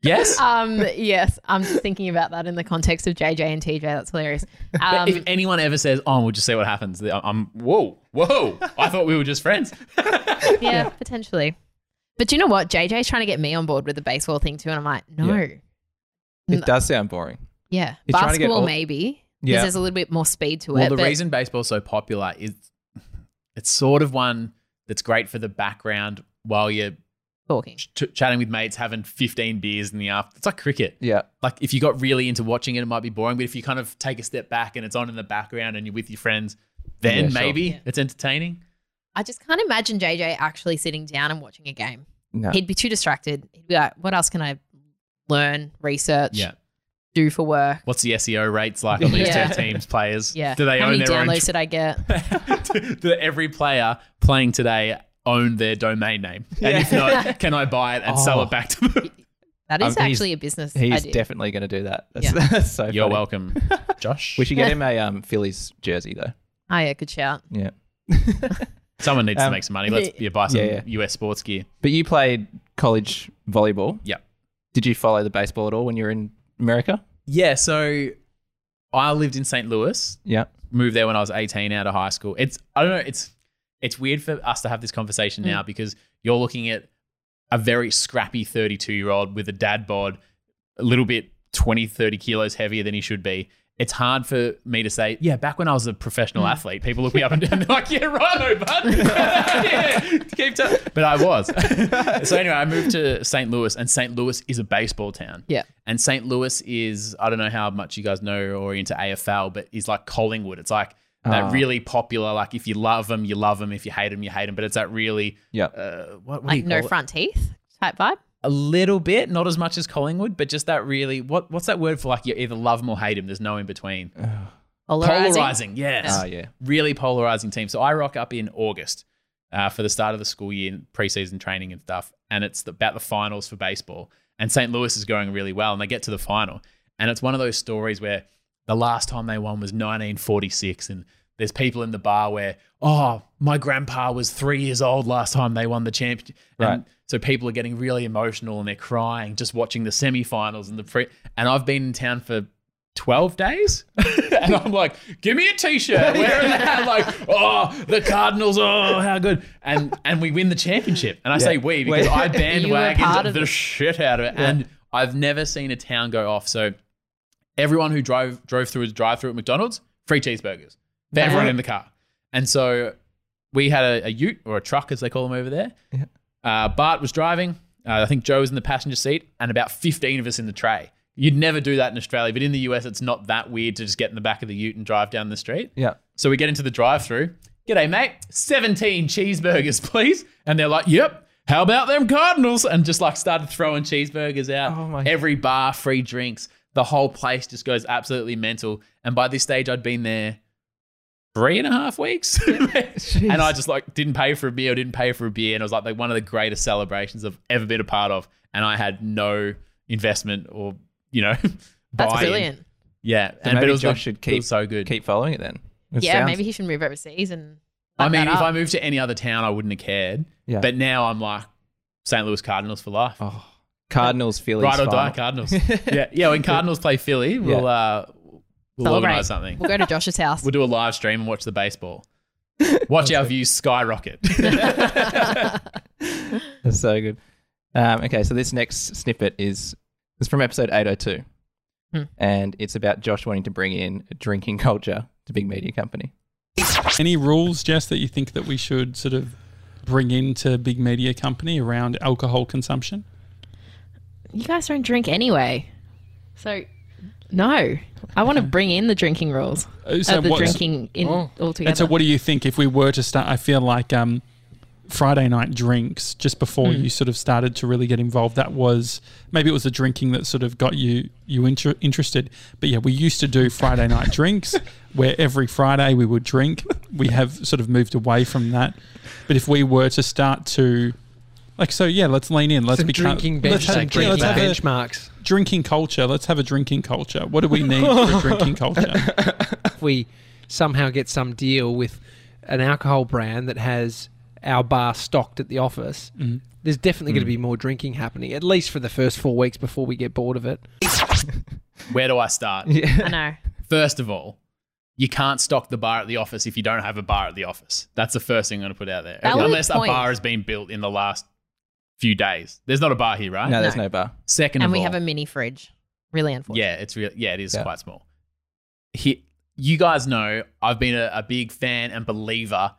Speaker 6: Yes.
Speaker 3: Um, yes, I'm just thinking about that in the context of JJ and TJ. That's hilarious.
Speaker 6: But
Speaker 3: Um,
Speaker 6: if anyone ever says, "Oh, we'll just see what happens," they- I'm whoa, whoa. I thought we were just friends.
Speaker 3: yeah, potentially. But do you know what? JJ's trying to get me on board with the baseball thing too, and I'm like, no. Yeah.
Speaker 2: It does sound boring. He's trying to get
Speaker 3: Basketball,
Speaker 2: all-
Speaker 3: maybe.
Speaker 2: Yeah.
Speaker 3: Because there's a little bit more speed to
Speaker 6: Well,
Speaker 3: it.
Speaker 6: the
Speaker 3: but-
Speaker 6: reason baseball's so popular is it's sort of one that's great for the background while you're
Speaker 3: talking,
Speaker 6: ch- chatting with mates, having 15 beers in the after. It's like cricket.
Speaker 2: Yeah.
Speaker 6: Like if you got really into watching it, it might be boring, but if you kind of take a step back and it's on in the background and you're with your friends, then
Speaker 2: Yeah, sure.
Speaker 6: maybe
Speaker 3: Yeah.
Speaker 6: it's entertaining.
Speaker 3: I just can't imagine JJ actually sitting down and watching a game.
Speaker 2: No.
Speaker 3: He'd be too distracted. He'd be like, what else can I learn, research,
Speaker 6: Yeah.
Speaker 3: do for work?
Speaker 6: What's the SEO rates like on these
Speaker 3: Yeah.
Speaker 6: two teams players?
Speaker 3: Yeah.
Speaker 6: Do they
Speaker 3: How
Speaker 6: own
Speaker 3: many
Speaker 6: their own?
Speaker 3: downloads did I get?
Speaker 6: do, do every player playing today own their domain name? And if not, can I buy it and sell
Speaker 2: Oh.
Speaker 6: it back to them?
Speaker 3: That is
Speaker 2: Um, he's-
Speaker 3: actually a business
Speaker 2: He's
Speaker 3: idea.
Speaker 2: definitely going to do that. That's,
Speaker 3: Yeah.
Speaker 2: that's so.
Speaker 6: You're
Speaker 2: funny.
Speaker 6: welcome, Josh.
Speaker 2: We should get him a um, Phillies jersey though.
Speaker 3: oh, yeah, good shout.
Speaker 2: Yeah.
Speaker 6: Someone needs to
Speaker 2: Um,
Speaker 6: make some money. Let's yeah, buy some
Speaker 2: yeah, yeah.
Speaker 6: US sports gear.
Speaker 2: But you played college volleyball.
Speaker 6: Yeah.
Speaker 2: Did you follow the baseball at all when you were in America?
Speaker 6: Yeah, so I lived in St. Louis,
Speaker 2: Yeah.
Speaker 6: moved there when I was 18 out of high school. It's I don't know, it's it's weird for us to have this conversation now because you're looking at a very scrappy 32-year-old with a dad bod, a little bit 20, 30 kilos heavier than he should be. It's hard for me to say, yeah, back when I was a professional athlete, people look me up and down, they're like, yeah, righto, bud. yeah, keep t-. But I was. so anyway, I moved to St. Louis, and St. Louis is a baseball town.
Speaker 3: Yeah.
Speaker 6: And St. Louis is, I don't know how much you guys know or into AFL, but is like Collingwood. It's like that
Speaker 2: Ah.
Speaker 6: really popular, like if you love them, you love them. If you hate them, you hate them. But it's that really,
Speaker 2: Yeah.
Speaker 6: uh, what, what do
Speaker 3: Like
Speaker 6: you
Speaker 3: no
Speaker 6: call it?
Speaker 3: front teeth type vibe.
Speaker 6: A little bit, not as much as Collingwood, but just that really, what what's that word for like you either love them or hate them? There's no in between.
Speaker 3: Polarizing.
Speaker 6: yes.
Speaker 2: Oh yeah.
Speaker 6: Really polarizing team. So I rock up in August uh, for the start of the school year, preseason training and stuff. And it's the, about the finals for baseball. And St. Louis is going really well. And they get to the final. And it's one of those stories where the last time they won was 1946. And there's people in the bar where, oh, my grandpa was three years old last time they won the championship.
Speaker 2: Right.
Speaker 6: And so people are getting really emotional and they're crying just watching the semifinals and the pre. And I've been in town for 12 days. and I'm like, give me a t-shirt. Wearing that. Like, oh, the Cardinals, oh, how good. And and we win the championship. And I say we because
Speaker 2: Wait.
Speaker 6: I
Speaker 3: part
Speaker 6: bandwagoned
Speaker 3: of
Speaker 6: the
Speaker 3: it.
Speaker 6: shit out of it. And I've never seen a town go off. So everyone who drove drove through a drive through at McDonald's, free cheeseburgers. For everyone in the car. And so we had a, a ute or a truck as they call them over there. Uh, Bart was driving. Uh, I think Joe was in the passenger seat, and about 15 of us in the tray. You'd never do that in Australia, but in the US, it's not that weird to just get in the back of the ute and drive down the street.
Speaker 2: Yeah.
Speaker 6: So we get into the drive through. G'day, mate. 17 cheeseburgers, please. And they're like, yep. How about them Cardinals? And just like started throwing cheeseburgers out.
Speaker 2: Oh my-
Speaker 6: Every bar, free drinks. The whole place just goes absolutely mental. And by this stage, I'd been there three and a half weeks. and I just like didn't pay for a beer, didn't pay for a beer. And it was like, like one of the greatest celebrations I've ever been a part of. And I had no investment or, you know,
Speaker 3: That's
Speaker 6: buy-in.
Speaker 3: brilliant.
Speaker 6: Yeah.
Speaker 2: So maybe
Speaker 6: the-
Speaker 2: Josh should
Speaker 6: it was
Speaker 2: keep-
Speaker 6: so good.
Speaker 2: Keep following it then. It
Speaker 3: Yeah,
Speaker 2: sounds-
Speaker 3: maybe he should move overseas and
Speaker 6: I
Speaker 3: Fuck
Speaker 6: mean,
Speaker 3: that
Speaker 6: if
Speaker 3: up.
Speaker 6: I moved to any other town, I wouldn't have cared.
Speaker 2: Yeah.
Speaker 6: But now I'm like St. Louis Cardinals for life.
Speaker 2: Oh, Cardinals, Phillies.
Speaker 6: Right or die,
Speaker 2: final.
Speaker 6: Cardinals. yeah, yeah. When Cardinals play Philly, we'll
Speaker 2: Yeah.
Speaker 6: uh, we'll
Speaker 3: Celebrate.
Speaker 6: organize something.
Speaker 3: We'll go to Josh's house.
Speaker 6: We'll do a live stream and watch the baseball. Watch our views skyrocket.
Speaker 2: That's so good. Um, okay, so this next snippet is is from episode 802,
Speaker 3: Hmm.
Speaker 2: and it's about Josh wanting to bring in a drinking culture to big media company.
Speaker 5: Any rules, Jess, that you think that we should sort of bring into big media company around alcohol consumption?
Speaker 3: You guys don't drink anyway. So, no. I want to bring in the drinking rules.
Speaker 5: Uh, so
Speaker 3: of the
Speaker 5: what's-
Speaker 3: drinking in
Speaker 6: Oh.
Speaker 3: altogether.
Speaker 5: And so, what do you think if we were to start? I feel like um, Friday night drinks, just before
Speaker 3: Mm.
Speaker 5: you sort of started to really get involved, that was maybe it was the drinking that sort of got you you inter- interested. But yeah, we used to do Friday night drinks where every Friday we would drink. We have sort of moved away from that. But if we were to start to like so, yeah, let's lean in. Let's
Speaker 11: Some
Speaker 5: become
Speaker 11: drinking
Speaker 5: let's
Speaker 11: bench-
Speaker 5: have-
Speaker 11: some
Speaker 5: yeah,
Speaker 11: drinking
Speaker 5: let's have a
Speaker 11: benchmarks.
Speaker 5: Drinking culture. Let's have a drinking culture. What do we need for a drinking culture?
Speaker 11: if we somehow get some deal with an alcohol brand that has our bar stocked at the office,
Speaker 2: Mm-hmm.
Speaker 5: Mhm.
Speaker 11: there's definitely going
Speaker 6: Mm.
Speaker 11: to be more drinking happening, at least for the first four weeks before we get bored of it.
Speaker 6: Where do I start?
Speaker 3: I know.
Speaker 6: First of all, you can't stock the bar at the office if you don't have a bar at the office. That's the first thing I'm going to put out there.
Speaker 3: Valid
Speaker 6: Unless
Speaker 3: point.
Speaker 6: a bar has been built in the last few days. There's not a bar here, right?
Speaker 2: No, there's
Speaker 3: No.
Speaker 2: no bar.
Speaker 6: Second
Speaker 3: And
Speaker 6: of
Speaker 3: we
Speaker 6: all,
Speaker 3: have a mini fridge. Really unfortunate.
Speaker 6: Yeah, it's real. Yeah, it is
Speaker 2: Yeah.
Speaker 6: quite small. He, you guys know I've been a, a big fan and believer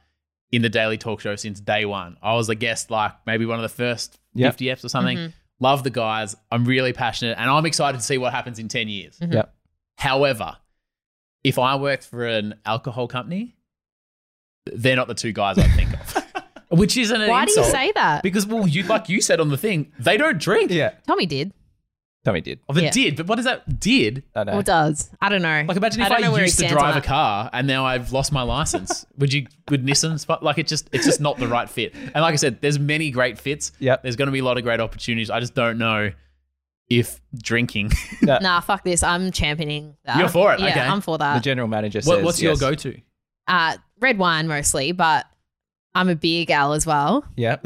Speaker 6: in the Daily Talk Show since day one. I was a guest, like maybe one of the first
Speaker 2: Yep.
Speaker 6: 50 eps or something.
Speaker 3: Mhm.
Speaker 6: Love the guys. I'm really passionate, and I'm excited to see what happens in 10 years.
Speaker 3: Mhm.
Speaker 2: Yep.
Speaker 6: However, if I worked for an alcohol company, they're not the two guys I think of. Which isn't an
Speaker 3: Why do you
Speaker 6: insult.
Speaker 3: say that?
Speaker 6: Because well, you like you said on the thing, they don't drink.
Speaker 2: Yeah,
Speaker 3: Tommy did.
Speaker 2: Tommy did.
Speaker 6: Oh, they
Speaker 3: Yeah.
Speaker 6: did, but what is that? Did
Speaker 2: I know.
Speaker 3: Or does. I don't know.
Speaker 6: like imagine if
Speaker 3: don't know
Speaker 6: I,
Speaker 3: where he
Speaker 6: used to
Speaker 3: stands on
Speaker 6: drive a
Speaker 3: that.
Speaker 6: car and now I've lost my license. would you would Nissan spot like it just it's just not the right fit. And like I said, there's many great fits.
Speaker 2: Yep.
Speaker 6: There's gonna be a lot of great opportunities. I just don't know if drinking
Speaker 3: Nah, fuck this. I'm championing that.
Speaker 6: You're for it,
Speaker 3: Yeah,
Speaker 6: okay.
Speaker 3: I'm for
Speaker 2: the
Speaker 3: that.
Speaker 2: general manager says.
Speaker 6: what, what's
Speaker 2: yes.
Speaker 6: your go to?
Speaker 3: Uh, red wine mostly, but I'm a beer gal as well.
Speaker 2: Yeah.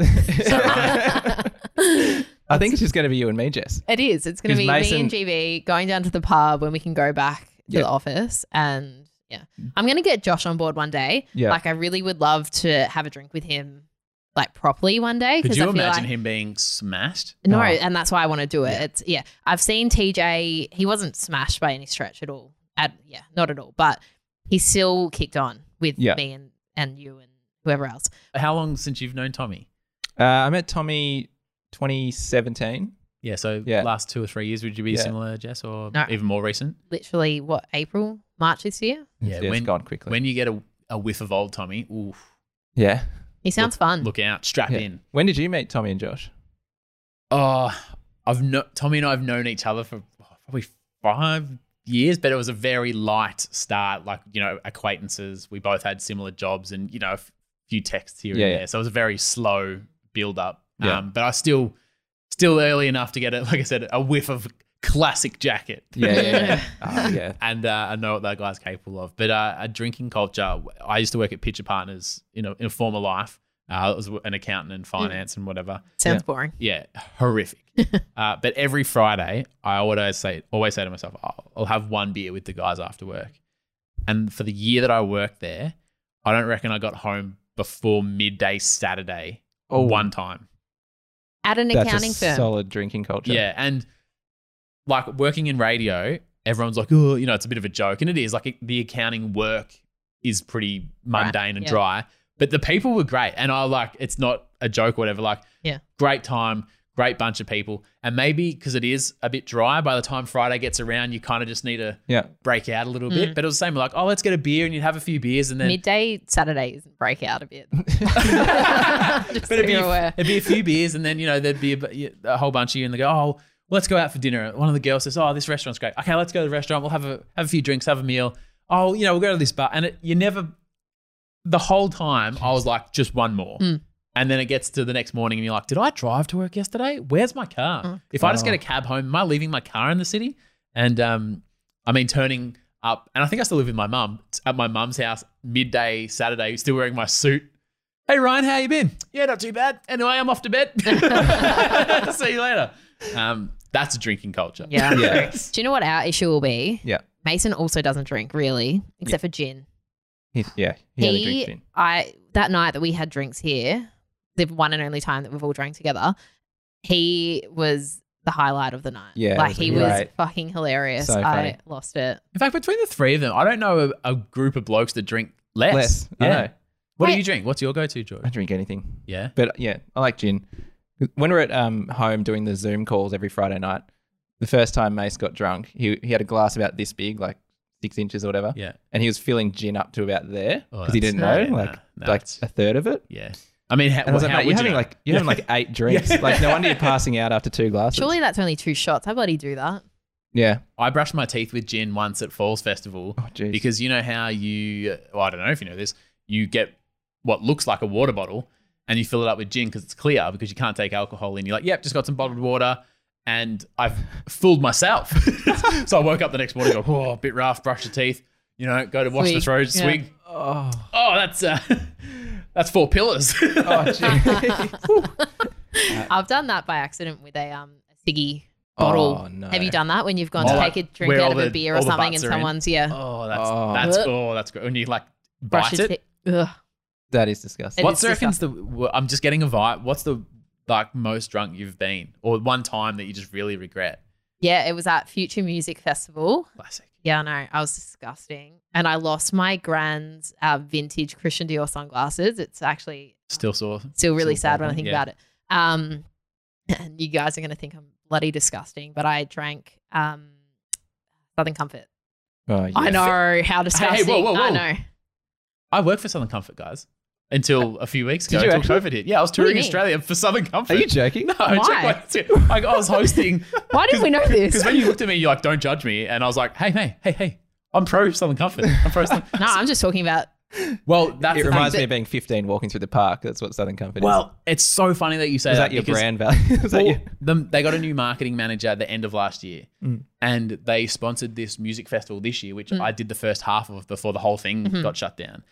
Speaker 2: I think it's just going to be you and me, Jess.
Speaker 3: It is. It's going to
Speaker 2: Is
Speaker 3: be
Speaker 2: Mason-
Speaker 3: me and GB going down to the pub when we can go back to
Speaker 2: Yeah.
Speaker 3: the office. And yeah, I'm going to get Josh on board one day.
Speaker 2: Yeah.
Speaker 3: Like, I really would love to have a drink with him, like, properly one day.
Speaker 6: Could
Speaker 3: 'cause I
Speaker 6: you
Speaker 3: feel
Speaker 6: imagine
Speaker 3: like-
Speaker 6: him being smashed?
Speaker 3: No,
Speaker 2: Oh.
Speaker 3: and that's why I want to do it. It's yeah. I've seen TJ. He wasn't smashed by any stretch at all. At yeah, not at all. But he still kicked on with
Speaker 2: Yeah.
Speaker 3: me and and you and whoever else.
Speaker 6: How long since you've known Tommy?
Speaker 2: Uh, I met Tommy 2017.
Speaker 6: Yeah, so
Speaker 2: Yeah.
Speaker 6: last two or three years, would you be
Speaker 2: Yeah.
Speaker 6: similar, Jess, or
Speaker 3: No.
Speaker 6: even more recent?
Speaker 3: Literally, what April, March this year.
Speaker 6: Yeah,
Speaker 2: it's
Speaker 6: when-
Speaker 2: gone quickly.
Speaker 6: When you get a, a whiff of old Tommy, ooh,
Speaker 2: yeah.
Speaker 3: He sounds fun.
Speaker 6: look out, strap
Speaker 2: yeah.
Speaker 6: in.
Speaker 2: When did you meet Tommy and Josh?
Speaker 6: Oh, I've no- Tommy and I have known each other for probably five years, but it was a very light start. Like you know, acquaintances. We both had similar jobs, and you know, a few texts here
Speaker 2: Yeah,
Speaker 6: and
Speaker 2: yeah.
Speaker 6: there. So it was a very slow build up.
Speaker 2: Yeah.
Speaker 6: Um, but I still, still early enough to get it. Like I said, a whiff of classic jacket.
Speaker 2: Yeah, yeah, yeah. oh, yeah.
Speaker 6: And uh, I know what that guy's capable of. But uh, a drinking culture. I used to work at Pitcher Partners in a, in a former life. Uh, I was an accountant and finance and whatever.
Speaker 3: sounds
Speaker 2: yeah.
Speaker 3: boring.
Speaker 6: Yeah, horrific. uh, but every Friday, I would always say, always say to myself, "I'll- I'll have one beer with the guys after work. And for the year that I worked there, I don't reckon I got home before midday Saturday
Speaker 2: Oh.
Speaker 6: one time.
Speaker 3: At an
Speaker 2: That's
Speaker 3: accounting
Speaker 2: a
Speaker 3: firm.
Speaker 2: solid drinking culture.
Speaker 6: Yeah, and like working in radio, everyone's like, oh, you know, it's a bit of a joke, and it is. Like it- the accounting work is pretty mundane and
Speaker 3: yeah.
Speaker 6: dry, but the people were great, and I like it's not a joke, or whatever. Like,
Speaker 3: Yeah.
Speaker 6: great time, great bunch of people, and maybe because it is a bit dry, by the time Friday gets around, you kind of just need to
Speaker 2: Yeah.
Speaker 6: break out a little bit. But it was the same, like, oh, let's get a beer, and you'd have a few beers, and then.
Speaker 3: Midday Saturday is break out a bit. Just
Speaker 6: but it'd
Speaker 3: so
Speaker 6: be,
Speaker 3: you're aware.
Speaker 6: it'd be a few beers, and then you know there'd be a, a whole bunch of you, and they go, "Oh, let's go out for dinner." One of the girls says, "Oh, this restaurant's great. Okay, let's go to the restaurant. We'll have a have a few drinks, have a meal. Oh, you know, we'll go to this bar." And it, you never, the whole time, I was like, "Just one more."
Speaker 3: Mm.
Speaker 6: And then it gets to the next morning, and you're like, "Did I drive to work yesterday? Where's my car?
Speaker 3: Mm.
Speaker 6: If I just get a cab home, am I leaving my car in the city?" And um, I mean, turning up. And I think I still live with my mum It's at my mum's house midday Saturday, still wearing my suit. Hey Ryan, how you been? Yeah, not too bad. Anyway, I'm off to bed. See you later. Um, that's a drinking culture.
Speaker 3: Yeah. Do you know what our issue will be?
Speaker 2: Yeah.
Speaker 3: Mason also doesn't drink really, except for gin.
Speaker 2: He, yeah. He, only drinks gin.
Speaker 3: I that night that we had drinks here, the one and only time that we've all drank together, he was the highlight of the night.
Speaker 6: Yeah, it
Speaker 3: like
Speaker 6: was
Speaker 3: he was
Speaker 6: great.
Speaker 3: fucking hilarious.
Speaker 6: So funny.
Speaker 3: I lost it.
Speaker 6: In fact, between the three of them, I don't know a, a group of blokes that drink less.
Speaker 2: Less, I know.
Speaker 6: What do you drink? What's your go-to, George?
Speaker 2: I drink anything.
Speaker 6: Yeah.
Speaker 2: But yeah, I like gin. When we we're at um, home doing the Zoom calls every Friday night, the first time Mace got drunk, he, he had a glass about this big, like six inches or whatever.
Speaker 6: Yeah.
Speaker 2: And he was filling gin up to about there
Speaker 6: Oh,
Speaker 2: because he
Speaker 6: that's-
Speaker 2: didn't know,
Speaker 6: no,
Speaker 2: like,
Speaker 6: no,
Speaker 2: like a third of it.
Speaker 6: Yeah. I mean, how,
Speaker 2: And I was like,
Speaker 6: how
Speaker 2: mate,
Speaker 6: would you
Speaker 2: you're having
Speaker 6: know?"
Speaker 2: like you're having like eight drinks. Like no wonder you're passing out after two glasses.
Speaker 3: Surely that's only two shots. How bloody do that?
Speaker 2: Yeah.
Speaker 6: I brushed my teeth with gin once at Falls Festival because you know how you, well, I don't know if you know this, you get what looks like a water bottle and you fill it up with gin because it's clear because you can't take alcohol in. You're like, yep, just got some bottled water. And I've fooled myself. so I woke up the next morning, go, oh, bit rough, brush your teeth, you know, go to wash the
Speaker 2: Swig,
Speaker 6: throat,
Speaker 2: yeah.
Speaker 6: swig.
Speaker 2: Oh.
Speaker 6: Oh, that's uh, that's four pillars.
Speaker 3: I've done that by accident with a um a ciggy bottle.
Speaker 6: Oh, no.
Speaker 3: Have you done that when you've gone
Speaker 6: Oh,
Speaker 3: to
Speaker 6: like
Speaker 3: take a drink
Speaker 6: where
Speaker 3: out
Speaker 6: all
Speaker 3: of a
Speaker 6: the-
Speaker 3: beer
Speaker 6: all
Speaker 3: or
Speaker 6: the
Speaker 3: something and
Speaker 6: butts are in?
Speaker 3: someone's yeah?
Speaker 6: Oh, that's
Speaker 2: Oh.
Speaker 6: that's
Speaker 3: Ugh.
Speaker 6: oh, that's great. When you like
Speaker 3: brush
Speaker 6: bite
Speaker 3: your
Speaker 6: it,
Speaker 3: teeth. Ugh.
Speaker 2: That is disgusting.
Speaker 3: It
Speaker 6: What's
Speaker 3: is
Speaker 6: the reckon's the? w- I'm just getting a vibe. What's the like most drunk you've been, or one time that you just really regret?
Speaker 3: Yeah, it was at Future Music Festival.
Speaker 6: Classic.
Speaker 3: Yeah, no, I was disgusting, and I lost my grand's uh, vintage Christian Dior sunglasses. It's actually um,
Speaker 6: Still sore.
Speaker 3: still really
Speaker 6: Still
Speaker 3: sad when I
Speaker 6: bothering,
Speaker 3: think
Speaker 6: yeah.
Speaker 3: about it. Um, and you guys are going to think I'm bloody disgusting, but I drank um, Southern Comfort.
Speaker 2: Oh, yeah.
Speaker 3: I know how disgusting.
Speaker 6: whoa, whoa,
Speaker 3: I
Speaker 6: whoa.
Speaker 3: know.
Speaker 6: I worked for Southern Comfort, guys, until a few weeks
Speaker 2: Uh, Did
Speaker 6: ago
Speaker 2: you
Speaker 6: until
Speaker 2: actually?
Speaker 6: COVID hit. Yeah, I was
Speaker 2: What do you
Speaker 6: touring
Speaker 2: mean?
Speaker 6: Australia for Southern Comfort.
Speaker 2: Are you joking?
Speaker 6: No, I,
Speaker 2: Why?
Speaker 6: checked my- I, I was hosting.
Speaker 3: Why did we know this?
Speaker 6: Because when you looked at me, you're like, "Don't judge me," and I was like, "Hey, hey, hey, hey, I'm pro Southern Comfort. I'm pro." Southern.
Speaker 3: No, I'm just talking about.
Speaker 6: well, that's
Speaker 2: it
Speaker 6: the
Speaker 2: reminds
Speaker 6: thing.
Speaker 2: me of being 15 walking through the park. That's what Southern Comfort
Speaker 6: Well, it's so funny that you say
Speaker 2: Is
Speaker 6: that.
Speaker 2: that your
Speaker 6: because-
Speaker 2: brand value? Is that
Speaker 6: Well,
Speaker 2: your-
Speaker 6: them- they got a new marketing manager at the end of last year,
Speaker 2: Mm.
Speaker 6: and they sponsored this music festival this year, which
Speaker 2: Mm.
Speaker 6: I did the first half of before the whole thing
Speaker 2: Mhm.
Speaker 6: got shut down.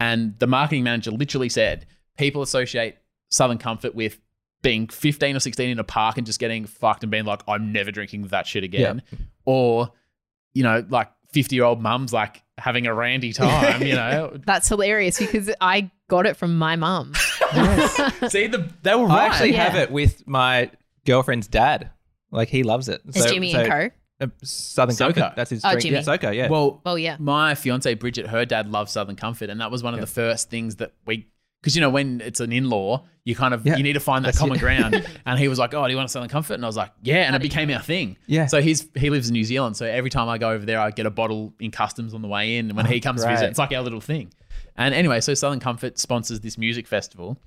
Speaker 6: And the marketing manager literally said, "People associate Southern Comfort with." Being 15 or 16 in a park and just getting fucked and being like, I'm never drinking that shit again. Or, you know, like 50 year old mums like having a randy time, you know.
Speaker 3: That's hilarious because I got it from my mum.
Speaker 6: See, the, they were
Speaker 2: it. I actually have it with my girlfriend's dad. Like he loves it.
Speaker 3: It's Jimmy and
Speaker 2: Co. Southern Comfort. That's his
Speaker 3: Oh,
Speaker 2: drink.
Speaker 3: Jimmy.
Speaker 2: Yeah, Soco, yeah.
Speaker 6: Well,
Speaker 3: Well, yeah.
Speaker 6: My fiance Bridget, her dad loves Southern Comfort, and that was one of the first things that we, because you know when it's an in-law, you kind of you need to find that
Speaker 2: That's
Speaker 6: common
Speaker 2: it.
Speaker 6: ground. and he was like, "Oh, do you want Southern Comfort?" And I was like, "Yeah," and it became our thing.
Speaker 2: Yeah.
Speaker 6: So he's he lives in New Zealand, so every time I go over there, I get a bottle in customs on the way in, and when
Speaker 2: Oh,
Speaker 6: he comes to visit,
Speaker 2: great.
Speaker 6: it's like our little thing. And anyway, so Southern Comfort sponsors this music festival,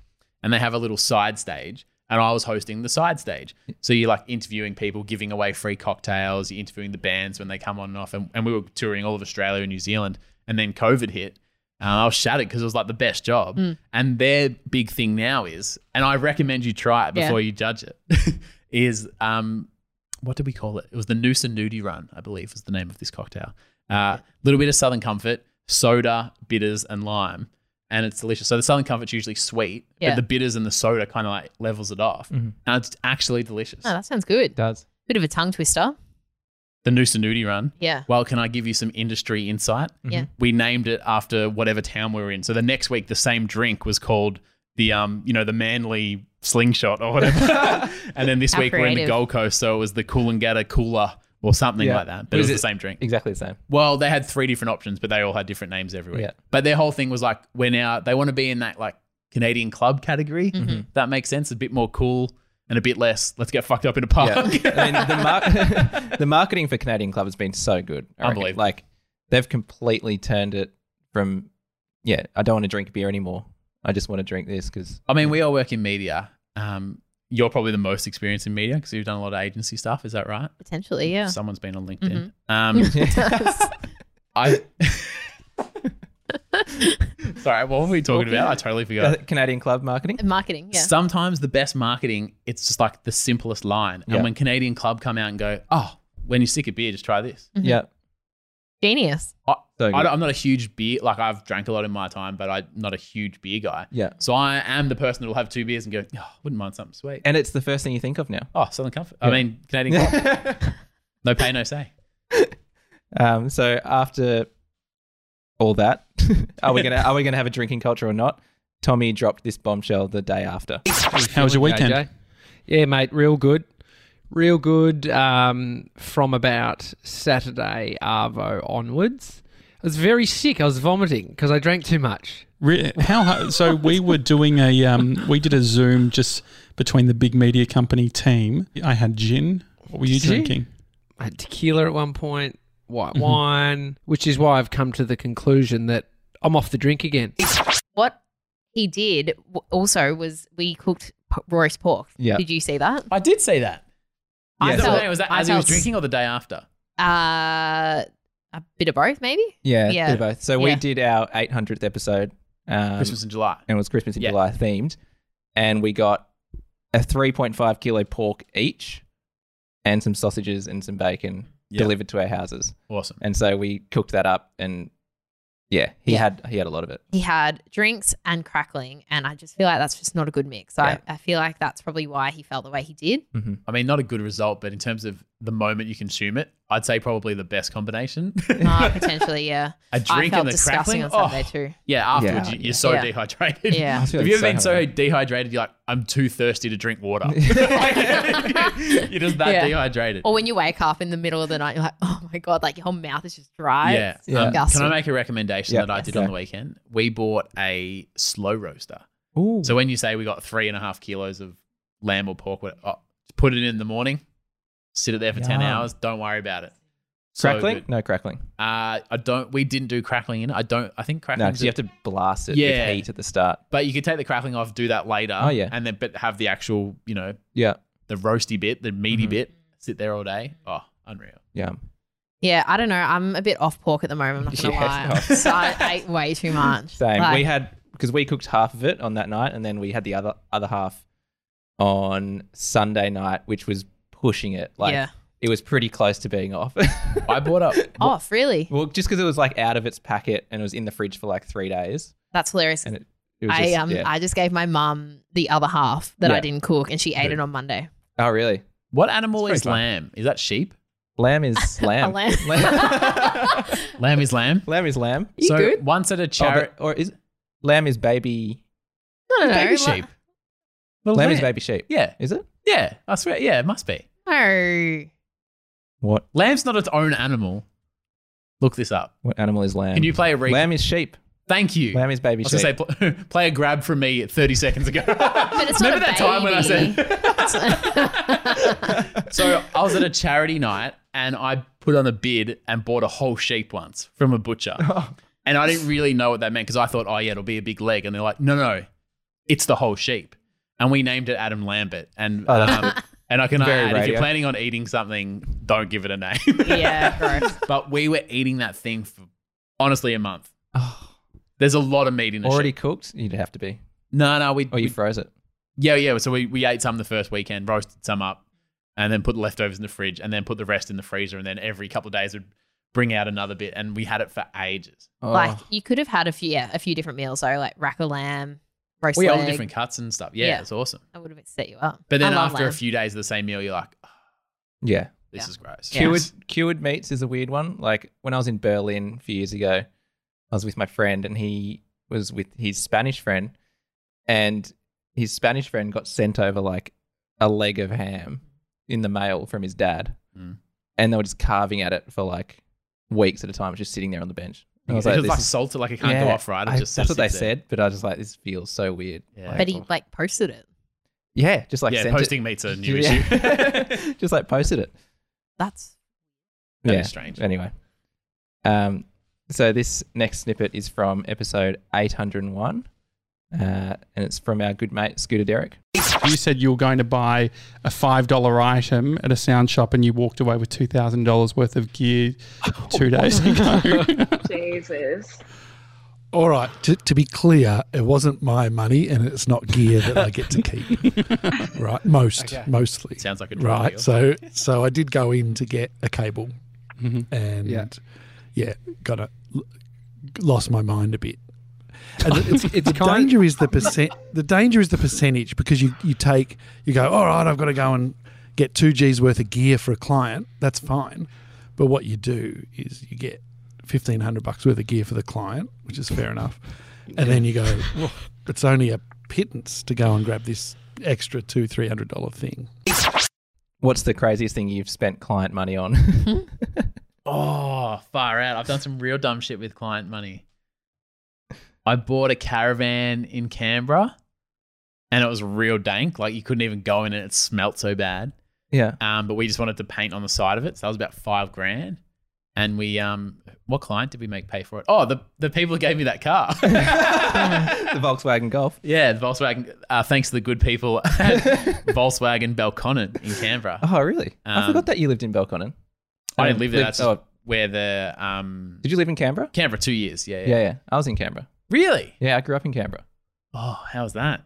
Speaker 6: and they have a little side stage. And I was hosting the side stage. So you're like interviewing people, giving away free cocktails, you're interviewing the bands when they come on and off. And, and we were touring all of Australia and New Zealand. And then COVID hit. And I was shattered because it was like the best job.
Speaker 2: Mm.
Speaker 6: And their big thing now is, and I recommend you try it
Speaker 2: Yeah.
Speaker 6: before you judge it, is um, what did we call it? It was the Noosa Nudie Run, I believe, was the name of this cocktail. A uh, little bit of Southern Comfort, soda, bitters, and lime, and it's delicious. So the Southern Comfort's usually sweet,
Speaker 3: Yeah.
Speaker 6: but the bitters and the soda kind of like levels it off,
Speaker 2: Mhm.
Speaker 6: and it's actually delicious.
Speaker 3: Oh, that sounds good.
Speaker 2: does.
Speaker 3: Bit of a tongue twister.
Speaker 6: The Noosa Nudie Run.
Speaker 3: Yeah.
Speaker 6: Well, can I give you some industry insight?
Speaker 2: Mm-hmm.
Speaker 3: Yeah. Mhm.
Speaker 6: We named it after whatever town we were in. So the next week, the same drink was called the um, you know, the Manly Slingshot or whatever. and then this
Speaker 2: How
Speaker 6: week we're in the
Speaker 2: creative.
Speaker 6: Gold Coast, so it was the Coolangatta Cooler or something
Speaker 2: Yeah.
Speaker 6: like that. But
Speaker 2: What
Speaker 6: it
Speaker 2: is
Speaker 6: was
Speaker 2: it?
Speaker 6: the same drink.
Speaker 2: Exactly the same.
Speaker 6: Well, they had three different options, but they all had different names every week.
Speaker 2: Yeah.
Speaker 6: But their whole thing was like, we're now they want to be in that like Canadian club category.
Speaker 2: Mhm.
Speaker 6: That makes sense. A bit more cool and a bit less. Let's get fucked up in a park.
Speaker 2: Yeah. I mean, the, mar- the marketing for Canadian Club has been so good. I reckon.
Speaker 6: Unbelievable.
Speaker 2: Like, they've completely turned it from, yeah, I don't want to drink beer anymore. I just want to drink this because
Speaker 6: I mean, we all work in media. Um, you're probably the most experienced in media because you've done a lot of agency stuff. Is that right?
Speaker 3: Potentially, yeah. Mm-hmm.
Speaker 6: Someone's been on LinkedIn. Um, I. Sorry, what were we talking about? I totally forgot.
Speaker 2: Canadian Club marketing.
Speaker 3: Marketing, yeah.
Speaker 6: Sometimes the best marketing, it's just like the simplest line.
Speaker 2: Yeah.
Speaker 3: Mm-hmm.
Speaker 6: And when Canadian Club come out and go, oh, when you're sick of beer, just try this.
Speaker 2: Yeah.
Speaker 3: Genius.
Speaker 6: I,
Speaker 2: So
Speaker 6: I
Speaker 2: good.
Speaker 6: don't- I'm not a huge beer. Like I've drank a lot in my time, but I'm not a huge beer guy.
Speaker 2: Yeah.
Speaker 6: So I am the person that will have two beers and go, oh, wouldn't mind something sweet.
Speaker 2: And it's the first thing you think of now.
Speaker 6: Oh, Southern Comfort. I mean, Canadian Comfort. no pay, no say.
Speaker 2: Um, so after all that, are we gonna are we gonna have a drinking culture or not? Tommy dropped this bombshell the day after.
Speaker 5: How was your weekend?
Speaker 11: JJ? Yeah, mate, real good. Real good um, from about Saturday, Arvo onwards. I was very sick. I was vomiting because I drank too much.
Speaker 5: Re- How ho- so? We were doing a um, we did a Zoom just between the big media company team. I had gin. What were you
Speaker 11: Did you?
Speaker 5: drinking?
Speaker 11: I had tequila at one point, white
Speaker 6: Mm-hmm.
Speaker 11: wine, which is why I've come to the conclusion that I'm off the drink again.
Speaker 3: What he did w- also was we cooked p- roast pork.
Speaker 11: Yeah.
Speaker 3: Did you see that?
Speaker 6: I did see that.
Speaker 3: I
Speaker 6: Is that-
Speaker 3: felt-
Speaker 6: was that
Speaker 3: I
Speaker 6: as he was
Speaker 3: felt-
Speaker 6: drinking or the day after?
Speaker 3: Uh, a bit of both, maybe.
Speaker 2: Yeah,
Speaker 3: Yeah.
Speaker 2: yeah. both. So we
Speaker 3: Yeah.
Speaker 2: did our 800th episode. Um,
Speaker 6: Christmas in July.
Speaker 2: And it was Christmas in July themed. And we got a 3.5 kilo pork each and some sausages and some bacon
Speaker 6: Yeah.
Speaker 2: delivered to our houses.
Speaker 6: Awesome.
Speaker 2: And so we cooked that up and yeah, he had he had a lot of it.
Speaker 3: He had drinks and crackling, and I just feel like that's just not a good mix. I, I feel like that's probably why he felt the way he did.
Speaker 6: I mean, not a good result, but in terms of the moment you consume it, I'd say probably the best combination.
Speaker 3: Ah, potentially, yeah.
Speaker 6: A drink
Speaker 3: I felt
Speaker 6: and the
Speaker 3: disgusting
Speaker 6: crackling?
Speaker 3: on Sunday
Speaker 6: Oh.
Speaker 3: too.
Speaker 6: Yeah, afterwards
Speaker 3: Yeah.
Speaker 6: you- you're so
Speaker 3: Yeah.
Speaker 6: dehydrated.
Speaker 3: Yeah. I
Speaker 6: Have
Speaker 3: feel
Speaker 6: you
Speaker 3: like
Speaker 6: ever been
Speaker 2: so
Speaker 6: so dehydrated? You're like, I'm too thirsty to drink water. you're just that
Speaker 3: Yeah.
Speaker 6: dehydrated.
Speaker 3: Or when you wake up in the middle of the night, you're like, oh my god, like your whole mouth is just dry.
Speaker 6: yeah.
Speaker 3: It's
Speaker 6: Um,
Speaker 3: disgusting.
Speaker 6: can I make a recommendation
Speaker 2: Yeah.
Speaker 6: that I did on the weekend? We bought a slow roaster.
Speaker 2: Ooh.
Speaker 6: So when you say we got three and a half kilos of lamb or pork, what- oh, put it in the morning, sit it there for 10
Speaker 2: Yum.
Speaker 6: hours, don't worry about it. So
Speaker 2: Crackling?
Speaker 6: good.
Speaker 2: no crackling.
Speaker 6: Uh, I don't. We didn't do crackling in. it. I don't. I think
Speaker 2: No,
Speaker 6: crackling.
Speaker 2: because you have to blast it
Speaker 6: Yeah.
Speaker 2: with heat at the start.
Speaker 6: But you could take the crackling off, do that later.
Speaker 2: Oh, yeah.
Speaker 6: and then but have the actual, you know,
Speaker 2: Yeah.
Speaker 6: the roasty bit, the meaty
Speaker 2: Mhm.
Speaker 6: bit, sit there all day. Oh, unreal.
Speaker 2: Yeah.
Speaker 3: Yeah, I don't know. I'm a bit off pork at the moment. I'm not gonna
Speaker 2: Yeah,
Speaker 3: lie.
Speaker 2: no.
Speaker 3: so I ate way too much.
Speaker 2: Same.
Speaker 3: Like,
Speaker 2: we had because we cooked half of it on that night, and then we had the other other half on Sunday night, which was pushing it. Like
Speaker 3: Yeah.
Speaker 2: it was pretty close to being off.
Speaker 6: I bought up.
Speaker 3: off really.
Speaker 2: well, just because it was like out of its packet and it was in the fridge for like three days,
Speaker 3: That's hilarious.
Speaker 2: and it, it was
Speaker 3: I
Speaker 2: just,
Speaker 3: um
Speaker 2: yeah.
Speaker 3: I just gave my mum the other half that I
Speaker 2: Yeah.
Speaker 3: didn't cook, and she ate it on Monday.
Speaker 2: oh really?
Speaker 6: What animal
Speaker 2: It's
Speaker 6: is
Speaker 2: pretty fun.
Speaker 6: lamb? Is that sheep?
Speaker 2: Lamb is lamb.
Speaker 3: lamb.
Speaker 6: Lamb is lamb.
Speaker 2: Lamb is lamb.
Speaker 3: You
Speaker 6: so
Speaker 3: good?
Speaker 6: once at a
Speaker 2: Oh,
Speaker 6: charity,
Speaker 2: but- or is lamb is baby?
Speaker 3: No, no, no.
Speaker 6: baby
Speaker 3: like-
Speaker 6: sheep.
Speaker 2: lamb is baby sheep.
Speaker 6: Oh, Yeah,
Speaker 2: Is it?
Speaker 6: yeah. I swear. Yeah, it must be.
Speaker 3: No.
Speaker 2: What
Speaker 6: Lamb's not its own animal. Look this up.
Speaker 2: what animal is lamb?
Speaker 6: Can you play a re-
Speaker 2: lamb is sheep.
Speaker 6: Thank you.
Speaker 2: Lamb is
Speaker 6: I
Speaker 2: baby
Speaker 6: was
Speaker 2: sheep.
Speaker 6: gonna say pl- play a grab from me 30 seconds ago. But
Speaker 3: it's not
Speaker 6: Remember
Speaker 3: a
Speaker 6: that time when I
Speaker 3: baby.
Speaker 6: said. so I was at a charity night and I put on a bid and bought a whole sheep once from a butcher. And I didn't really know what that meant because I thought, oh yeah, it'll be a big leg. And they're like, no, no, it's the whole sheep. And we named it Adam Lambert. And
Speaker 2: Oh, that's
Speaker 6: um, and I can
Speaker 2: Very
Speaker 6: add, if you're
Speaker 2: radio.
Speaker 6: planning on eating something, don't give it a name.
Speaker 3: Yeah, gross.
Speaker 6: but we were eating that thing for honestly a month.
Speaker 2: Oh,
Speaker 6: There's a lot of meat in a
Speaker 2: already
Speaker 6: sheep.
Speaker 2: cooked? You'd have to be.
Speaker 6: No, no, we,
Speaker 2: Or Oh, you
Speaker 6: we
Speaker 2: froze it.
Speaker 6: yeah, yeah. So we, we ate some the first weekend, roasted some up, and then put the leftovers in the fridge, and then put the rest in the freezer, and then every couple of days would bring out another bit, and we had it for ages.
Speaker 2: Oh.
Speaker 3: Like you could have had a few, yeah, a few different meals though, like rack of lamb, roast
Speaker 6: We had all
Speaker 3: leg.
Speaker 6: different cuts and stuff. Yeah,
Speaker 3: Yeah.
Speaker 6: it's awesome.
Speaker 3: That would have set you up.
Speaker 6: But then
Speaker 3: I love
Speaker 6: after a
Speaker 3: lamb.
Speaker 6: few days of the same meal, you're like, "Oh,
Speaker 2: yeah.
Speaker 6: this
Speaker 3: Yeah.
Speaker 6: is gross.
Speaker 3: Yeah.
Speaker 2: Cured cured meats is a weird one. Like when I was in Berlin a few years ago, I was with my friend and he was with his Spanish friend, and his Spanish friend got sent over like a leg of ham in the mail from his dad,
Speaker 6: Mm.
Speaker 2: and they were just carving at it for like weeks at a time, just sitting there on the bench. And I was
Speaker 6: It's just
Speaker 2: like, this
Speaker 6: Oh, like
Speaker 2: is-
Speaker 6: salted, like it can't go
Speaker 2: yeah,
Speaker 6: off right. It
Speaker 2: I-
Speaker 6: just sits
Speaker 2: that's what they
Speaker 6: there.
Speaker 2: said, but I was just like, this feels so weird.
Speaker 6: Yeah.
Speaker 2: Like,
Speaker 3: But he like posted it.
Speaker 2: yeah, just like
Speaker 6: yeah,
Speaker 2: sent it-
Speaker 6: posting meat's a new
Speaker 2: Yeah.
Speaker 6: issue.
Speaker 2: just like posted it.
Speaker 3: That's
Speaker 6: That
Speaker 2: yeah.
Speaker 6: is strange.
Speaker 2: Anyway, um, so this next snippet is from episode 801, uh, and it's from our good mate Scooter Derek.
Speaker 5: You said you were going to buy a five dollar item at a sound shop, and you walked away with two thousand dollars worth of gear two days ago.
Speaker 12: Jesus.
Speaker 13: All right. To, to be clear, it wasn't my money, and it's not gear that I get to keep. right. Most,
Speaker 6: Okay.
Speaker 13: mostly.
Speaker 6: Sounds like a drug
Speaker 13: right.
Speaker 6: deal.
Speaker 13: So, so I did go in to get a cable, and
Speaker 11: Yeah.
Speaker 13: yeah. yeah, got it. L- Lost my mind a bit. And the,
Speaker 11: It's-
Speaker 13: it's,
Speaker 11: it's
Speaker 13: the
Speaker 11: kind-
Speaker 13: danger is the percent. The danger is the percentage because you you take you go. All right, I've got to go and get two G's worth of gear for a client. That's fine, but what you do is you get fifteen hundred bucks worth of gear for the client, which is fair enough, and then you go. "Well, It's only a pittance to go and grab this extra two three hundred dollar thing.
Speaker 2: What's the craziest thing you've spent client money on?
Speaker 6: Oh, far out. I've done some real dumb shit with client money. I bought a caravan in Canberra and it was real dank. Like you couldn't even go in it. It smelt so bad.
Speaker 2: Yeah.
Speaker 6: Um, but we just wanted to paint on the side of it. So that was about five grand. And we, um, what client did we make pay for it? Oh, the, the people who gave me that car.
Speaker 2: the Volkswagen Golf.
Speaker 6: Yeah, the Volkswagen. Uh, thanks to the good people at Volkswagen Belconnen in Canberra.
Speaker 2: Oh, really? I
Speaker 6: Um,
Speaker 2: forgot that you lived in Belconnen.
Speaker 6: I
Speaker 2: Um,
Speaker 6: didn't live there.
Speaker 2: lived-
Speaker 6: That's
Speaker 2: oh,
Speaker 6: where the um.
Speaker 2: Did you live in Canberra?
Speaker 6: Canberra two years. Yeah, yeah.
Speaker 2: yeah, yeah. I was in Canberra.
Speaker 6: Really?
Speaker 2: Yeah, I grew up in Canberra.
Speaker 6: Oh, how's that?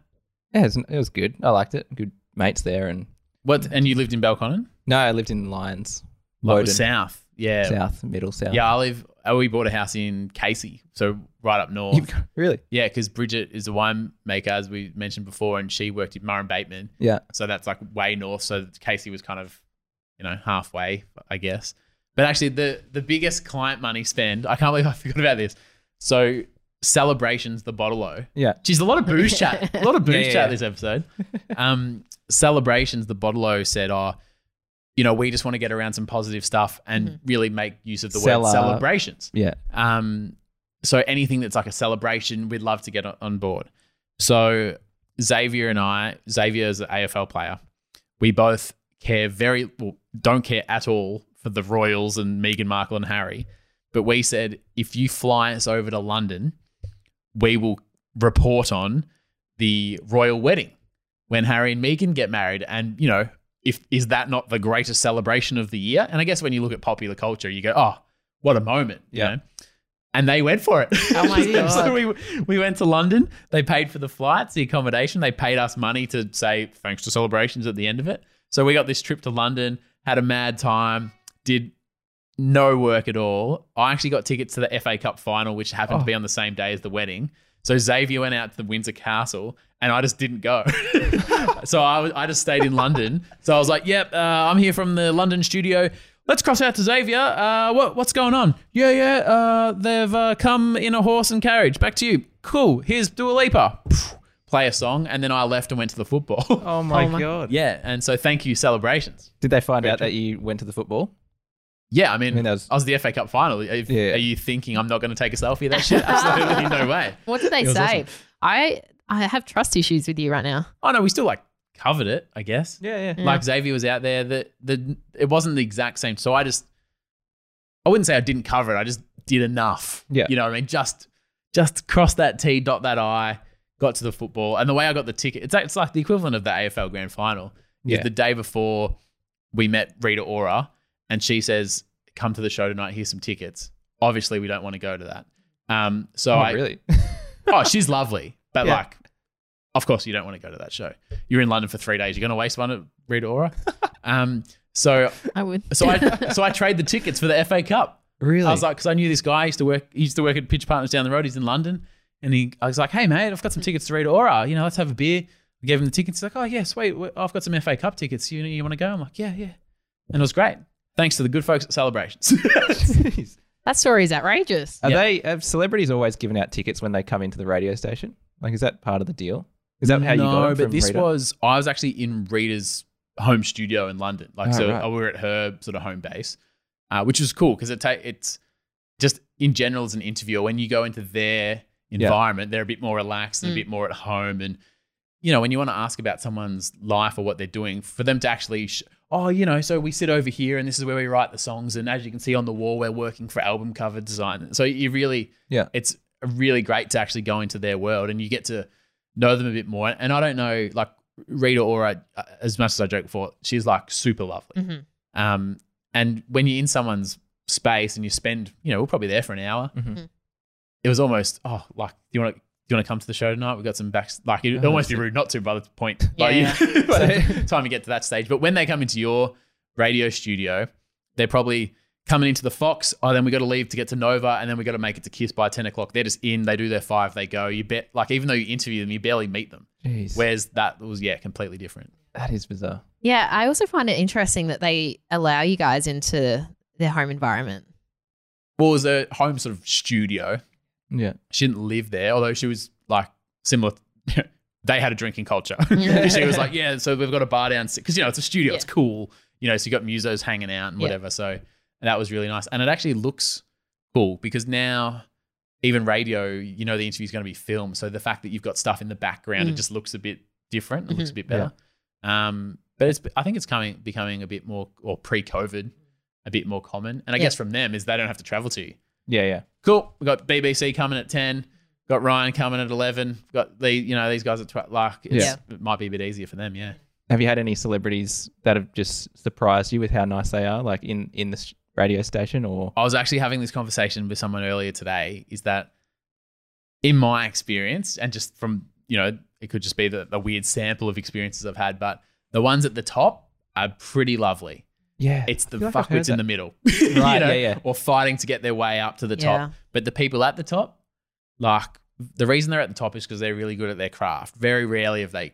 Speaker 2: Yeah, it was, it was good. I liked it. Good mates there, and
Speaker 6: What? And you lived in Belconnen?
Speaker 2: no, I lived in Lyons,
Speaker 6: Like
Speaker 2: Woden.
Speaker 6: south. Yeah.
Speaker 2: south, middle south.
Speaker 6: Yeah, I live. Oh, we bought a house in Casey, so right up north.
Speaker 2: really?
Speaker 6: Yeah, because Bridget is a winemaker, as we mentioned before, and she worked in Murray Bateman.
Speaker 2: Yeah.
Speaker 6: So that's like way north. So Casey was kind of, you know, halfway, I guess. But actually, the the biggest client money spend, I can't believe I forgot about this. So celebrations, the bottle
Speaker 2: Yeah.
Speaker 6: Geez, a lot of booze chat. A lot of booze
Speaker 2: Yeah, yeah,
Speaker 6: chat
Speaker 2: yeah.
Speaker 6: this episode. Um, celebrations, the bottle said, oh, you know, we just want to get around some positive stuff and
Speaker 2: Mm-hmm.
Speaker 6: really make use of the
Speaker 2: Cellar.
Speaker 6: word celebrations.
Speaker 2: Yeah.
Speaker 6: Um, so anything that's like a celebration, we'd love to get on- on board. So Xavier and I, Xavier is an AFL player. We both care very, well, don't care at all for the Royals and Meghan Markle and Harry. But we said, if you fly us over to London, we will report on the royal wedding when Harry and Meghan get married. And, you know, if is that not the greatest celebration of the year? And I guess when you look at popular culture, you go, oh, what a moment. Yeah. And they went for it.
Speaker 3: Oh my God.
Speaker 6: so we, we went to London. They paid for the flights, the accommodation. They paid us money to say thanks to celebrations at the end of it. So we got this trip to London, had a mad time, did no work at all. I actually got tickets to the FA Cup final, which happened to
Speaker 11: Oh.
Speaker 6: be on the same day as the wedding. So Xavier went out to the Windsor Castle, and I just didn't go. so I, was- I just stayed in London. So I was like, "Yep, uh, I'm here from the London studio. Let's cross out to Xavier. Uh, what, what's going on? Yeah, yeah. Uh, they've uh, come in a horse and carriage. Back to you. Cool. Here's Dua Lipa. Play a song, and then I left and went to the football. Oh
Speaker 2: my Oh my- God.
Speaker 6: Yeah, and so thank you, celebrations.
Speaker 2: Did they find
Speaker 6: Very
Speaker 2: out
Speaker 6: true.
Speaker 2: that you went to the football?
Speaker 6: Yeah, I mean, I,
Speaker 2: that was,
Speaker 6: was the FA Cup final. If- Are you thinking I'm not going to take a selfie of that shit? Absolutely no way.
Speaker 3: What did they
Speaker 6: It was
Speaker 3: say?
Speaker 6: awesome.
Speaker 3: I I have trust issues with you right now.
Speaker 6: Oh no, we still like covered it, I guess.
Speaker 2: Yeah,
Speaker 3: yeah.
Speaker 6: Like
Speaker 3: Yeah.
Speaker 6: Xavier was out there. The the it wasn't the exact same. So I just I wouldn't say I didn't cover it. I just did enough.
Speaker 2: Yeah.
Speaker 6: You know what I mean? Just just cross that T, dot that I, got to the football. And the way I got the ticket, it's like, it's like the equivalent of the AFL grand final. Is
Speaker 2: Yeah.
Speaker 6: the day before we met Rita Ora and she says, Come to the show tonight, here's some tickets. Obviously we don't want to go to that. Um so
Speaker 2: Oh,
Speaker 6: I
Speaker 2: really?
Speaker 6: oh, she's lovely. But
Speaker 2: Yeah.
Speaker 6: like, of course, you don't want to go to that show. You're in London for three days. You're going to waste one at Rita Ora. um, so
Speaker 3: I would.
Speaker 6: So I so I trade the tickets for the FA Cup.
Speaker 2: Really?
Speaker 6: I was like, because I knew this guy I used to work. He used to work at Pitch Partners down the road. He's in London, and he I was like, hey mate, I've got some tickets to Rita Ora. You know, let's have a beer. I gave him the tickets. He's like, oh yeah, sweet. we- I've got some FA Cup tickets. You you want to go? I'm like, yeah, yeah. And it was great. Thanks to the good folks at Celebrations.
Speaker 3: That story is outrageous.
Speaker 2: Are they have celebrities always given out tickets when they come into the radio station? Like, is that part of the deal? Is that how you got it?
Speaker 6: No, but
Speaker 2: from
Speaker 6: this
Speaker 2: Rita?
Speaker 6: was I was actually in Rita's home studio in London. Like,
Speaker 2: Oh,
Speaker 6: so
Speaker 2: right.
Speaker 6: we were at her sort of home base, uh, which was cool because it ta- it's just in general as an interviewer when you go into their
Speaker 2: Yeah.
Speaker 6: environment, they're a bit more relaxed and
Speaker 2: Mm.
Speaker 6: a bit more at home. And you know, when you want to ask about someone's life or what they're doing, for them to actually. Sh- Oh, you know, so we sit over here and this is where we write the songs. And as you can see on the wall, we're working for album cover design. So you really,
Speaker 2: Yeah.
Speaker 6: it's really great to actually go into their world and you get to know them a bit more. And I don't know, like Rita Ora, uh, as much as I joke before, she's like super lovely.
Speaker 3: Mhm.
Speaker 6: Um, and when you're in someone's space and you spend, you know, we're probably there for an hour.
Speaker 2: Mhm.
Speaker 6: It was almost, oh, like, do you want to? Do you want to come to the show tonight? We've got some back. Like, it'd
Speaker 2: Oh,
Speaker 6: almost be
Speaker 2: that's it.
Speaker 6: rude not to by the point. by
Speaker 2: Yeah.
Speaker 6: you- by the time you get to that stage. But when they come into your radio studio, they're probably coming into the Fox. Oh, then we got to leave to get to Nova, and then we got to make it to Kiss by ten o'clock. They're just in. They do their five. They go. You bet. Like even though you interview them, you barely meet them.
Speaker 2: Jeez.
Speaker 6: Whereas that was yeah, completely different.
Speaker 2: That is bizarre.
Speaker 3: Yeah, I also find it interesting that they allow you guys into their home environment.
Speaker 6: Well, it was a home sort of studio.
Speaker 2: Yeah.
Speaker 6: She didn't live there, although she was like similar. they had a drinking culture. she was like, yeah, so we've got a bar down because you know it's a studio, it's cool, you know. So you got musos hanging out and
Speaker 11: Yeah.
Speaker 6: whatever. So and that was really nice, and it actually looks cool because now even radio, you know, the interview's going to be filmed. So the fact that you've got stuff in the background, it
Speaker 11: Mm.
Speaker 6: just looks a bit different. It looks a
Speaker 11: Mhm.
Speaker 6: bit better. Um, but it's I think it's coming becoming a bit more or pre-COVID, a bit more common. And I
Speaker 11: Yeah.
Speaker 6: guess from them is they don't have to travel to you.
Speaker 2: Yeah, yeah.
Speaker 6: Cool. We got BBC coming at ten. Got Ryan coming at eleven. Got the you know these guys at tw- like it's, it might be a bit easier for them. Yeah.
Speaker 2: Have you had any celebrities that have just surprised you with how nice they are, like in in this radio station or?
Speaker 6: I was actually having this conversation with someone earlier today is that in my experience, and just from, you know, it could just be the, the weird sample of experiences I've had, but the ones at the top are pretty lovely.
Speaker 2: Yeah.
Speaker 6: It's the
Speaker 2: feel like I've heard
Speaker 6: fuckwits in
Speaker 2: that.
Speaker 6: the middle.
Speaker 2: Right, yeah, yeah.
Speaker 6: Or fighting to get their way up to the
Speaker 2: Yeah.
Speaker 6: top. But the people at the top, like, the reason they're at the top is because they're really good at their craft. Very rarely have they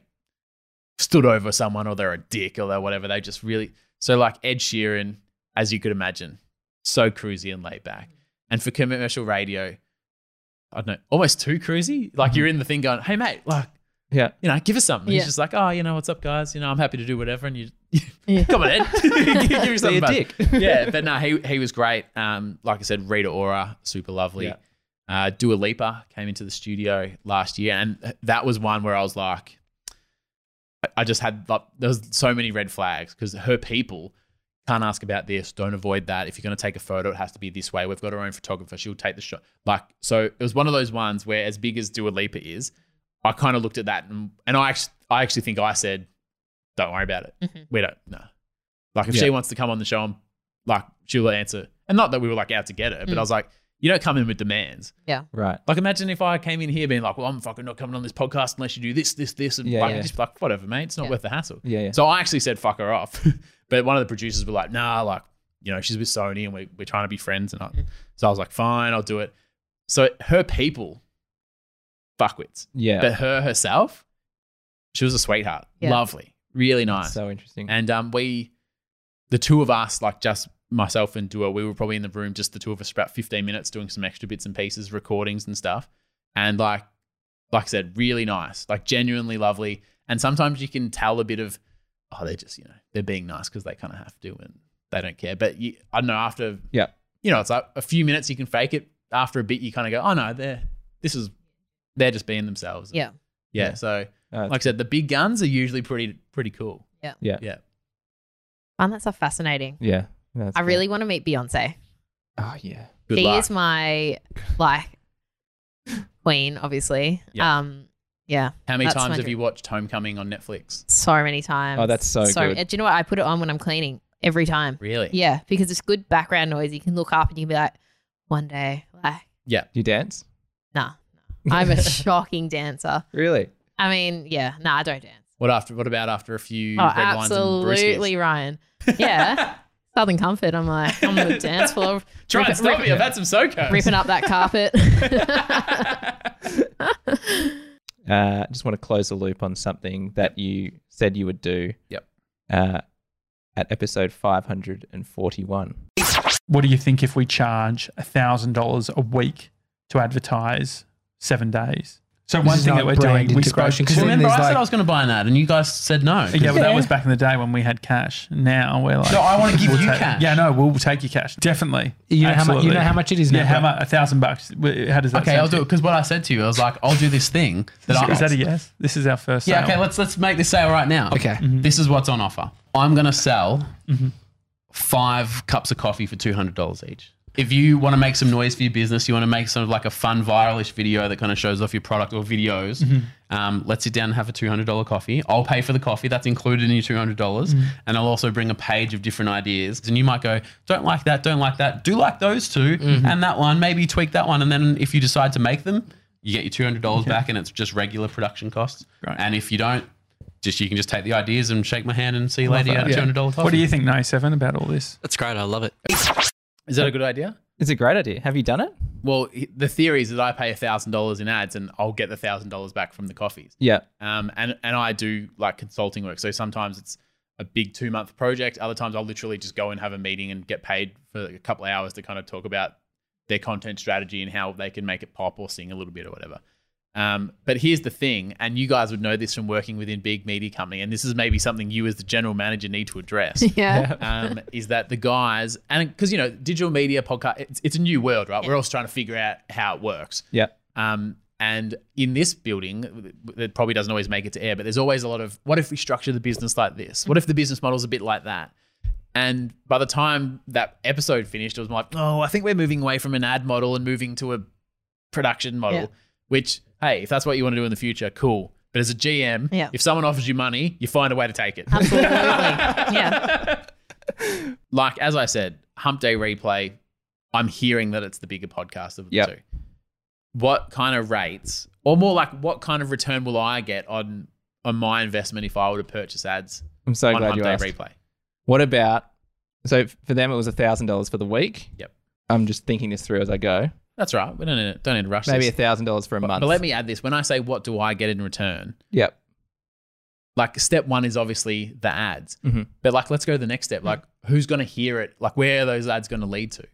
Speaker 6: stood over someone or they're a dick or they're whatever. They just really so like Ed Sheeran, as you could imagine, so cruisy and laid back. And for commercial radio, I don't know, almost too cruisy. Like you're in the thing going, hey mate, like
Speaker 2: Mm-hmm. yeah,
Speaker 6: you know, give us something.
Speaker 11: Yeah.
Speaker 6: He's just like, oh, you know, what's up, guys? You know, I'm happy to do whatever. And you, come on, Ed, give me
Speaker 11: Be
Speaker 6: something.
Speaker 11: a
Speaker 6: bud.
Speaker 11: dick.
Speaker 6: yeah, but no, he he was great. Um, like I said, Rita Ora, super lovely.
Speaker 11: Yeah.
Speaker 6: Uh, Dua Lipa came into the studio last year, and that was one where I was like, I- I just had like, there was so many red flags because her people can't ask about this, don't avoid that. If you're going to take a photo, it has to be this way. We've got our own photographer; she'll take the shot. Like, so it was one of those ones where, as big as Dua Lipa is, I kind of looked at that and, and I actually, I actually think I said, "Don't worry about it.
Speaker 11: Mm-hmm.
Speaker 6: We don't no." Like if
Speaker 11: Yeah.
Speaker 6: she wants to come on the show, I'm like she'll answer. And not that we were like out to get her, but
Speaker 11: Mm.
Speaker 6: I was like, you don't come in with demands.
Speaker 3: Yeah.
Speaker 2: Right.
Speaker 6: Like imagine if I came in here being like, well, I'm fucking not coming on this podcast unless you do this, this, this, and
Speaker 11: Yeah,
Speaker 6: like,
Speaker 11: yeah.
Speaker 6: just be like whatever, mate. It's not worth the hassle.
Speaker 2: Yeah, yeah.
Speaker 6: So I actually said fuck her off, but one of the producers were like, nah, like you know she's with Sony and we, we're trying to be friends, and I, so I was like, fine, I'll do it. So her people, fuckwits.
Speaker 2: Yeah.
Speaker 6: But her herself, she was a sweetheart.
Speaker 2: Yeah.
Speaker 6: Lovely. Really nice.
Speaker 2: so interesting.
Speaker 6: And um, we, the two of us, like just myself and Dua, we were probably in the room, just the two of us, for about 15 minutes doing some extra bits and pieces, recordings and stuff. And like, like I said, really nice, like genuinely lovely. And sometimes you can tell a bit of, oh, they're just, you know, they're being nice because they kind of have to and they don't care. But you, I don't know, after,
Speaker 2: Yeah.
Speaker 6: you know, it's like a few minutes you can fake it. After a bit, you kind of go, oh no, they're, this is, they're just being themselves.
Speaker 3: Yeah.
Speaker 6: Yeah.
Speaker 2: Yeah.
Speaker 6: So,
Speaker 2: Uh,
Speaker 6: like I said, the big guns are usually pretty, pretty cool.
Speaker 3: Yeah.
Speaker 2: Yeah.
Speaker 6: Yeah.
Speaker 3: Find that stuff fascinating.
Speaker 2: Yeah. That's
Speaker 3: I
Speaker 2: cool.
Speaker 3: really want to meet Beyonce.
Speaker 2: Oh yeah.
Speaker 3: she is my like queen, obviously.
Speaker 6: Yeah.
Speaker 3: Um, yeah.
Speaker 6: How many
Speaker 3: that's my
Speaker 6: times have
Speaker 3: dream.
Speaker 6: you watched Homecoming on Netflix?
Speaker 3: So many times.
Speaker 6: Oh, that's so good.
Speaker 3: uh, Do you know what? I put it on when I'm cleaning every time.
Speaker 6: Really?
Speaker 3: Yeah, because it's good background noise. You can look up and you can be like, one day, like,
Speaker 6: Yeah.
Speaker 2: Do you dance?
Speaker 3: nah, nah. I'm a shocking dancer.
Speaker 2: Really?
Speaker 3: I mean, yeah, nah, I don't dance.
Speaker 6: What after? What about after a few
Speaker 3: oh,
Speaker 6: red wines and
Speaker 3: absolutely,
Speaker 6: brewskis?
Speaker 3: Ryan. Yeah. Southern Comfort. I'm like, on the dance floor.
Speaker 6: Try
Speaker 3: ripping-
Speaker 6: and stop me.
Speaker 3: ripping-
Speaker 6: I've had some soco.
Speaker 3: Ripping up that carpet.
Speaker 2: Uh, just want to close the loop on something that you said you would do.
Speaker 6: Yep.
Speaker 2: Uh, at episode 541.
Speaker 5: What do you think if we charge $1,000 a week to advertise seven days? So,
Speaker 6: This
Speaker 5: one
Speaker 6: is
Speaker 5: thing that
Speaker 6: not
Speaker 5: we're doing,
Speaker 6: brand
Speaker 5: we spoke
Speaker 6: integration, 'cause then Remember, there's I said like- I was going to buy that, and you guys said no.
Speaker 5: Yeah, but
Speaker 6: Yeah.
Speaker 5: that was back in the day when we had cash. Now we're like,
Speaker 6: No, I wanna give
Speaker 5: we'll
Speaker 6: you
Speaker 5: take-
Speaker 6: cash.
Speaker 5: Yeah, no, we'll take your cash. Definitely.
Speaker 6: You know how mu- you know how much it is
Speaker 5: Yeah,
Speaker 6: now,
Speaker 5: how
Speaker 6: right?
Speaker 5: much? A thousand bucks. Wh- How does that?
Speaker 6: Okay, I'll do it because what I said to you, I was like, I'll do this thing. That I,
Speaker 5: Is that a yes? This is our first.
Speaker 6: Yeah.
Speaker 5: sale.
Speaker 6: Okay. Let's let's make this sale right now. Okay. This is what's on offer. I'm going to sell five cups of coffee for two hundred dollars each. If you want to make some noise for your business, you want to make sort of like a fun viralish video that kind of shows off your product or videos.
Speaker 11: Mhm.
Speaker 6: Um, let's sit down and have a two hundred dollar coffee. I'll pay for the coffee that's included in your two hundred dollars,
Speaker 11: Mhm.
Speaker 6: and I'll also bring a page of different ideas. And you might go, don't like that, don't like that, do like those 2 and that one. Maybe tweak that one, and then if you decide to make them, you get your two hundred dollars back, and it's just regular production costs. And if you don't, just you can just take the ideas and shake my hand and see you
Speaker 5: Love
Speaker 6: later. You
Speaker 5: that.
Speaker 6: had a two hundred dollar
Speaker 5: What do you think, ninety-seven, about all this?
Speaker 6: That's great. I love it. Is that a good idea?
Speaker 2: It's a great idea. Have you done it?
Speaker 6: Well, he- the theory is that I pay thousand dollars in ads, and I'll get the thousand dollars back from the coffees.
Speaker 2: Yeah.
Speaker 6: Um, and and I do like consulting work, so sometimes it's a big two month project. Other times I'll literally just go and have a meeting and get paid for a couple of hours to kind of talk about their content strategy and how they can make it pop or sing a little bit or whatever. Um, but here's the thing, and you guys would know this from working within big media company, and this is maybe something you as the general manager need to address.
Speaker 12: Yeah.
Speaker 6: Um, is that the guys, and because you know, digital media podcast, it's, it's a new world, right? We're all trying to figure out how it works.
Speaker 2: Yeah.
Speaker 6: Um, and in this building, it probably doesn't always make it to air, but there's always a lot of what if we structure the business like this? What if the business model's a bit like that? And by the time that episode finished, it was like, oh, I think we're moving away from an ad model and moving to a production model,
Speaker 12: Yeah.
Speaker 6: which, hey, if that's what you want to do in the future, cool. But as a GM,
Speaker 12: Yeah.
Speaker 6: if someone offers you money, you find a way to take it. like as I said, Hump Day Replay, I'm hearing that it's the bigger podcast of the
Speaker 2: Yep.
Speaker 6: two. What kind of rates, or more like what kind of return will I get on on my investment if I were to purchase ads?
Speaker 2: I'm so
Speaker 6: on
Speaker 2: glad
Speaker 6: Hump
Speaker 2: you
Speaker 6: Day
Speaker 2: asked.
Speaker 6: Replay.
Speaker 2: What about so f- for them it was thousand dollars for the week?
Speaker 6: Yep.
Speaker 2: I'm just thinking this through as I go.
Speaker 6: That's right. We don't need, don't need to rush.
Speaker 2: Maybe
Speaker 6: this.
Speaker 2: thousand dollars for a month.
Speaker 6: But let me add this: when I say what do I get in return,
Speaker 2: Yep.
Speaker 6: like step one is obviously the ads,
Speaker 2: Mhm.
Speaker 6: but like let's go to the next
Speaker 2: Mm-hmm.
Speaker 6: step. Like who's going to hear it? Like where are those ads going to lead to?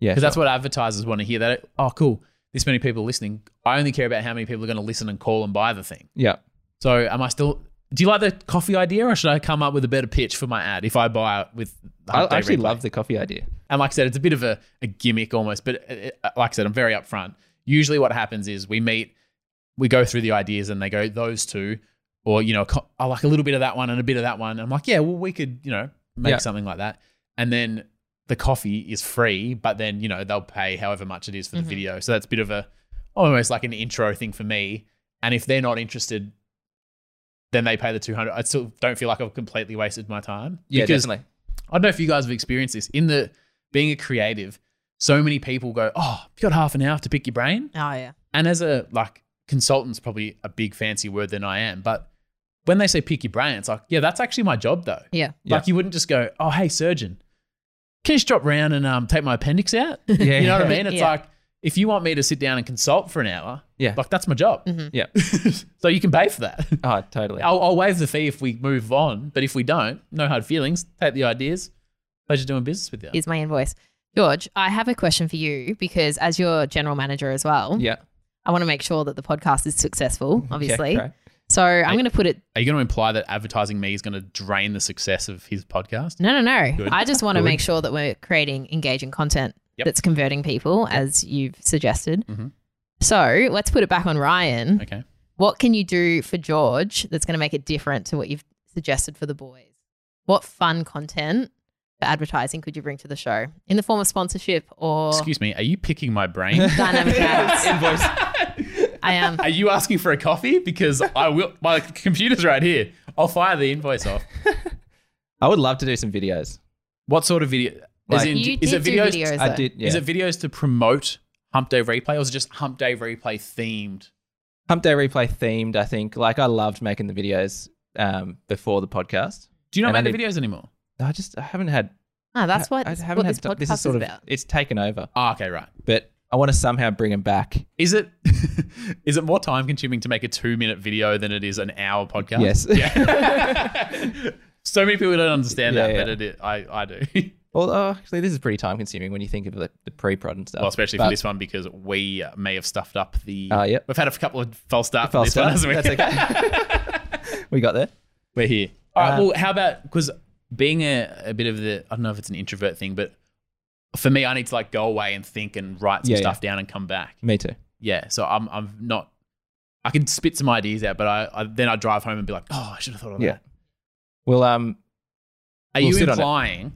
Speaker 2: Yeah,
Speaker 6: because that's what advertisers want to hear. That oh cool, this many people are listening. I only care about how many people are going to listen and call and buy the thing.
Speaker 2: Yeah.
Speaker 6: So am I still? Do you like the coffee idea, or should I come up with a better pitch for my ad if I buy it with? the
Speaker 2: I
Speaker 6: Hump Day
Speaker 2: actually
Speaker 6: replay?
Speaker 2: love the coffee idea.
Speaker 6: And like I said, it's a bit of a, a gimmick almost, but it, it- like I said, I'm very upfront. Usually, what happens is we meet, we go through the ideas, and they go those two, or you know, co- I like a little bit of that one and a bit of that one. I'm like, yeah, well, we could, you know, make
Speaker 2: Yeah.
Speaker 6: something like that. And then the coffee is free, but then you know they'll pay however much it is for
Speaker 3: Mm-hmm.
Speaker 2: Mhm.
Speaker 6: the video. So that's a bit of a almost like an intro thing for me. And if they're not interested, then they pay the 200 i still don't feel like i've completely wasted my time
Speaker 2: Yeah, definitely.
Speaker 6: i don't know if you guys have experienced this in the being a creative so many people go oh you got half an hour to pick your brain
Speaker 3: Oh yeah.
Speaker 6: and as a like consultant's probably a big fancy word than i am but when they say pick your brain it's like yeah that's actually my job though
Speaker 3: Yeah.
Speaker 6: like you wouldn't just go oh hey surgeon can you just drop round and um, take my appendix out you know what i mean it's
Speaker 2: Yeah.
Speaker 6: like if you want me to sit down and consult for an hour
Speaker 2: Yeah.
Speaker 6: like that's my job
Speaker 3: Mm-hmm.
Speaker 2: Yeah.
Speaker 6: so you can pay for that
Speaker 2: Mm. Oh, totally.
Speaker 6: I'll, I'll waive the fee if we move on, but if we don't, no hard feelings. Take the ideas. Pleasure doing business with you.
Speaker 3: Here's my invoice. George, I have a question for you because as your general manager as well,
Speaker 2: Yeah.
Speaker 3: I want to make sure that the podcast is successful, obviously.
Speaker 6: great.
Speaker 3: So I'm going to put it.
Speaker 6: Are you going to imply that advertising me is going to drain the success of his podcast?
Speaker 3: No, no, no.
Speaker 6: Good.
Speaker 3: I just want to
Speaker 6: Good.
Speaker 3: make sure that we're creating engaging content
Speaker 6: Yep. Mm-hmm.
Speaker 3: that's converting people, as you've suggested. So let's put it back on Ryan.
Speaker 6: Okay.
Speaker 3: What can you do for George that's going to make it different to what you've suggested for the boys? What fun content for advertising could you bring to the show in the form of sponsorship or
Speaker 6: Excuse me. Are you picking my brain?
Speaker 3: dynamic ads? I am.
Speaker 6: Are you asking for a coffee? Because I will. My computer's right here. I'll fire the invoice off.
Speaker 2: I would love to do some videos.
Speaker 6: What sort of video? As in,
Speaker 3: You
Speaker 6: is
Speaker 3: did
Speaker 6: it
Speaker 3: do
Speaker 6: videos?
Speaker 3: videos,
Speaker 2: I though. did,
Speaker 6: Is
Speaker 2: yeah.
Speaker 6: it videos to promote Hump Day Replay, or is it just Hump Day Replay themed?
Speaker 2: Hump Day replay themed, I think. Like I loved making the videos um, before the podcast.
Speaker 6: Do you not
Speaker 2: And I
Speaker 6: make the
Speaker 2: did-
Speaker 6: videos anymore?
Speaker 2: I just I haven't had.
Speaker 3: Ah, that's what,
Speaker 2: I
Speaker 3: this,
Speaker 2: haven't
Speaker 3: what
Speaker 2: had
Speaker 3: this
Speaker 2: ti-
Speaker 3: podcast
Speaker 2: this is
Speaker 3: is,
Speaker 2: sort of
Speaker 3: about.
Speaker 2: it's taken over.
Speaker 6: Ah, okay, right.
Speaker 2: But I want to somehow bring them back.
Speaker 6: Is it is it more time consuming to make a two minute video than it is an hour podcast?
Speaker 2: Yes.
Speaker 6: Yeah. so many people don't understand that,
Speaker 2: Yeah, yeah.
Speaker 6: but it, is- I I do.
Speaker 2: Well, uh, actually, this is pretty time consuming when you think of the, the pre-prod and stuff.
Speaker 6: Well, especially
Speaker 2: But-
Speaker 6: for this one because we may have stuffed up the.
Speaker 2: Ah, yep.
Speaker 6: We've had a couple of false starts.
Speaker 2: False
Speaker 6: False this one,
Speaker 2: start.
Speaker 6: hasn't we?
Speaker 2: That's okay. we got there.
Speaker 6: We're here. All right.
Speaker 2: Um,
Speaker 6: well, how about because being a, a bit of the I don't know if it's an introvert thing, but for me, I need to like go away and think and write some
Speaker 2: Yeah, yeah.
Speaker 6: stuff down and come back.
Speaker 2: Me too.
Speaker 6: Yeah, so I'm I'm not. I can spit some ideas out, but I, I then I drive home and be like, oh, I should have thought of
Speaker 2: Yeah.
Speaker 6: that.
Speaker 2: Well, um,
Speaker 6: Are
Speaker 2: We'll
Speaker 6: you
Speaker 2: sit on it.
Speaker 6: implying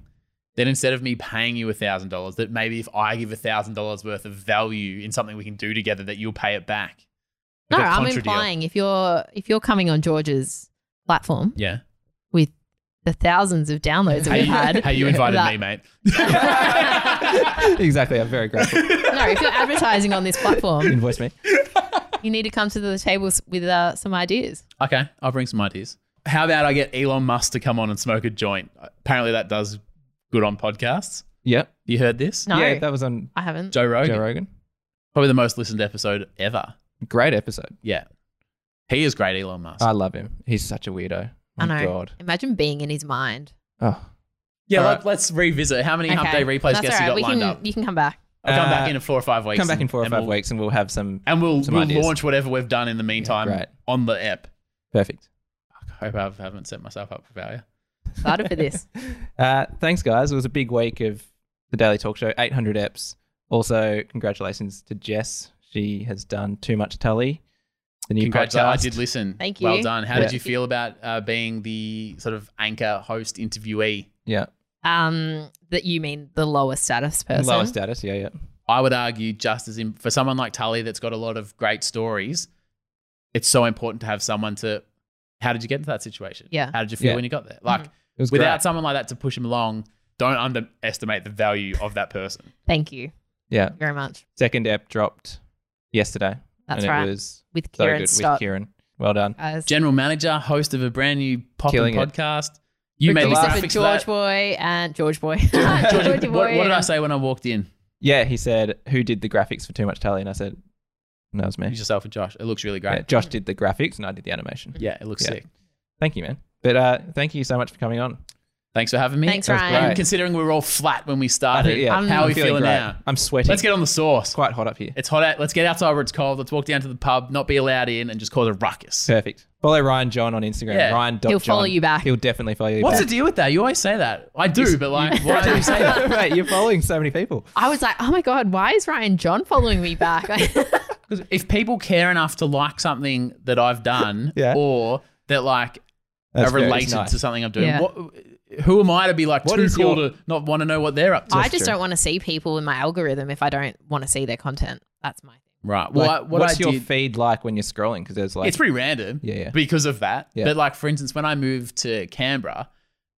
Speaker 6: that instead of me paying you thousand dollars, that maybe if I give thousand dollars worth of value in something we can do together, that you'll pay it back?
Speaker 3: No,
Speaker 6: Like a
Speaker 3: I'm
Speaker 6: contra deal.
Speaker 3: implying if you're if you're coming on George's platform
Speaker 6: Yeah.
Speaker 3: with the thousands of downloads that
Speaker 6: Hey,
Speaker 3: we've
Speaker 6: you,
Speaker 3: had.
Speaker 6: hey, you invited
Speaker 3: without-
Speaker 6: me, mate.
Speaker 2: exactly. I'm very grateful.
Speaker 3: No, if you're advertising on this platform,
Speaker 2: Invoice me.
Speaker 3: you need to come to the table s- with uh, some ideas.
Speaker 6: Okay, I'll bring some ideas. How about I get Elon Musk to come on and smoke a joint? Apparently, that does good on podcasts.
Speaker 2: Yeah.
Speaker 6: You heard this?
Speaker 3: No.
Speaker 2: Yeah, that was on
Speaker 3: I haven't.
Speaker 6: Joe Rogan.
Speaker 2: Joe Rogan.
Speaker 6: Probably the most listened episode ever.
Speaker 2: Great episode.
Speaker 6: Yeah. He is great, Elon Musk.
Speaker 2: I love him. He's such a weirdo.
Speaker 3: I
Speaker 2: My
Speaker 3: know.
Speaker 2: God.
Speaker 3: Imagine being in his mind.
Speaker 2: Oh.
Speaker 6: Yeah,
Speaker 2: All
Speaker 6: let, us revisit. How many hump day replays
Speaker 3: That's
Speaker 6: guests
Speaker 3: all
Speaker 6: you
Speaker 3: right.
Speaker 6: got
Speaker 3: we
Speaker 6: lined
Speaker 3: can,
Speaker 6: up?
Speaker 3: You can come back.
Speaker 6: I'll come
Speaker 2: Uh,
Speaker 6: back in four or five weeks.
Speaker 2: Come back in four or
Speaker 6: and
Speaker 2: five
Speaker 6: we'll-
Speaker 2: weeks and we'll have some.
Speaker 6: And we'll,
Speaker 2: some
Speaker 6: we'll
Speaker 2: ideas.
Speaker 6: launch whatever we've done in the meantime
Speaker 2: great.
Speaker 6: on the app.
Speaker 2: Perfect.
Speaker 6: I hope I haven't set myself up for failure.
Speaker 3: Excited for this.
Speaker 2: Uh, thanks, guys. It was a big week of the Daily Talk Show, 800 eps. Also, congratulations to Jess. She has done Too Much Tully, the new
Speaker 6: Congrats,
Speaker 2: podcast.
Speaker 6: I did listen.
Speaker 3: Thank
Speaker 6: Well
Speaker 3: you.
Speaker 6: done. How
Speaker 2: Yeah.
Speaker 6: did you feel about uh, being the sort of anchor, host, interviewee?
Speaker 2: Yeah.
Speaker 3: Um, that you mean the lower status person?
Speaker 6: Lower
Speaker 2: status, yeah, yeah.
Speaker 6: I would argue just as in, for someone like Tully that's got a lot of great stories, it's so important to have someone to. How did you get into that situation?
Speaker 3: Yeah.
Speaker 6: How did you feel
Speaker 2: Yeah.
Speaker 6: when you got there? Like
Speaker 2: was
Speaker 6: without
Speaker 2: great.
Speaker 6: someone like that to push him along, don't underestimate the value of that person.
Speaker 3: Thank you
Speaker 2: Yeah.
Speaker 3: very much.
Speaker 2: Second app dropped yesterday.
Speaker 3: That's
Speaker 2: and
Speaker 3: right.
Speaker 2: It was
Speaker 3: With
Speaker 2: so
Speaker 3: Kieran
Speaker 2: good
Speaker 3: Scott.
Speaker 2: with Kieran. Well done.
Speaker 3: Guys.
Speaker 6: General manager, host of a brand new pop
Speaker 2: Killing it.
Speaker 6: podcast. You made the
Speaker 3: Producer for
Speaker 6: graphics for
Speaker 3: George
Speaker 6: that.
Speaker 3: Boy and George Boy. Georgie Boy.
Speaker 6: What, what did I
Speaker 3: and-
Speaker 6: say when I walked in?
Speaker 2: Yeah, he said, "Who did the graphics for Too Much Tully?" And I said, "That was me."
Speaker 6: Use yourself and Josh. It looks really great.
Speaker 2: Yeah, Josh did the graphics, and I did the animation.
Speaker 6: Yeah, it looks
Speaker 2: Yeah.
Speaker 6: sick.
Speaker 2: Thank you, man. But uh, thank you so much for coming on.
Speaker 6: Thanks for having me.
Speaker 3: Thanks,
Speaker 2: That was
Speaker 3: Ryan.
Speaker 2: great.
Speaker 6: Considering we were all flat when we started,
Speaker 2: yeah, I'm-
Speaker 6: how are
Speaker 2: I'm
Speaker 6: we
Speaker 2: feeling
Speaker 6: feeling,
Speaker 2: great.
Speaker 6: now?
Speaker 2: I'm sweating.
Speaker 6: Let's get on the source.
Speaker 2: Quite hot up here.
Speaker 6: It's hot out. Let's get outside where it's cold. Let's walk down to the pub, not be allowed in, and just cause a ruckus.
Speaker 2: Perfect. Follow Ryan John on Instagram.
Speaker 6: Yeah.
Speaker 2: Ryan.
Speaker 3: He'll follow you back.
Speaker 2: He'll definitely follow you.
Speaker 6: What's the
Speaker 2: back.
Speaker 6: deal with that? You always say that. I do, but like, why do you say that?
Speaker 2: Mate, you're following so many people.
Speaker 3: I was like, oh my god, why is Ryan John following me back?
Speaker 6: Because if people care enough to like something that I've done,
Speaker 2: Yeah.
Speaker 6: or that like
Speaker 2: That's
Speaker 6: are
Speaker 2: very
Speaker 6: related
Speaker 2: nice.
Speaker 6: to something I'm doing,
Speaker 3: Yeah.
Speaker 6: what, who am I to be like
Speaker 2: What
Speaker 6: too
Speaker 2: is
Speaker 6: cool
Speaker 2: your-
Speaker 6: to not want to know what they're up to?
Speaker 3: I just don't want to see people in my algorithm if I don't want to see their content. That's my
Speaker 6: Right. Well, I,
Speaker 2: Like,
Speaker 6: what
Speaker 2: what's
Speaker 6: I
Speaker 2: your
Speaker 6: did,
Speaker 2: feed like when you're scrolling? Because there's like
Speaker 6: it's pretty random.
Speaker 2: Yeah, yeah.
Speaker 6: because of that.
Speaker 2: Yeah.
Speaker 6: But like for instance, when I moved to Canberra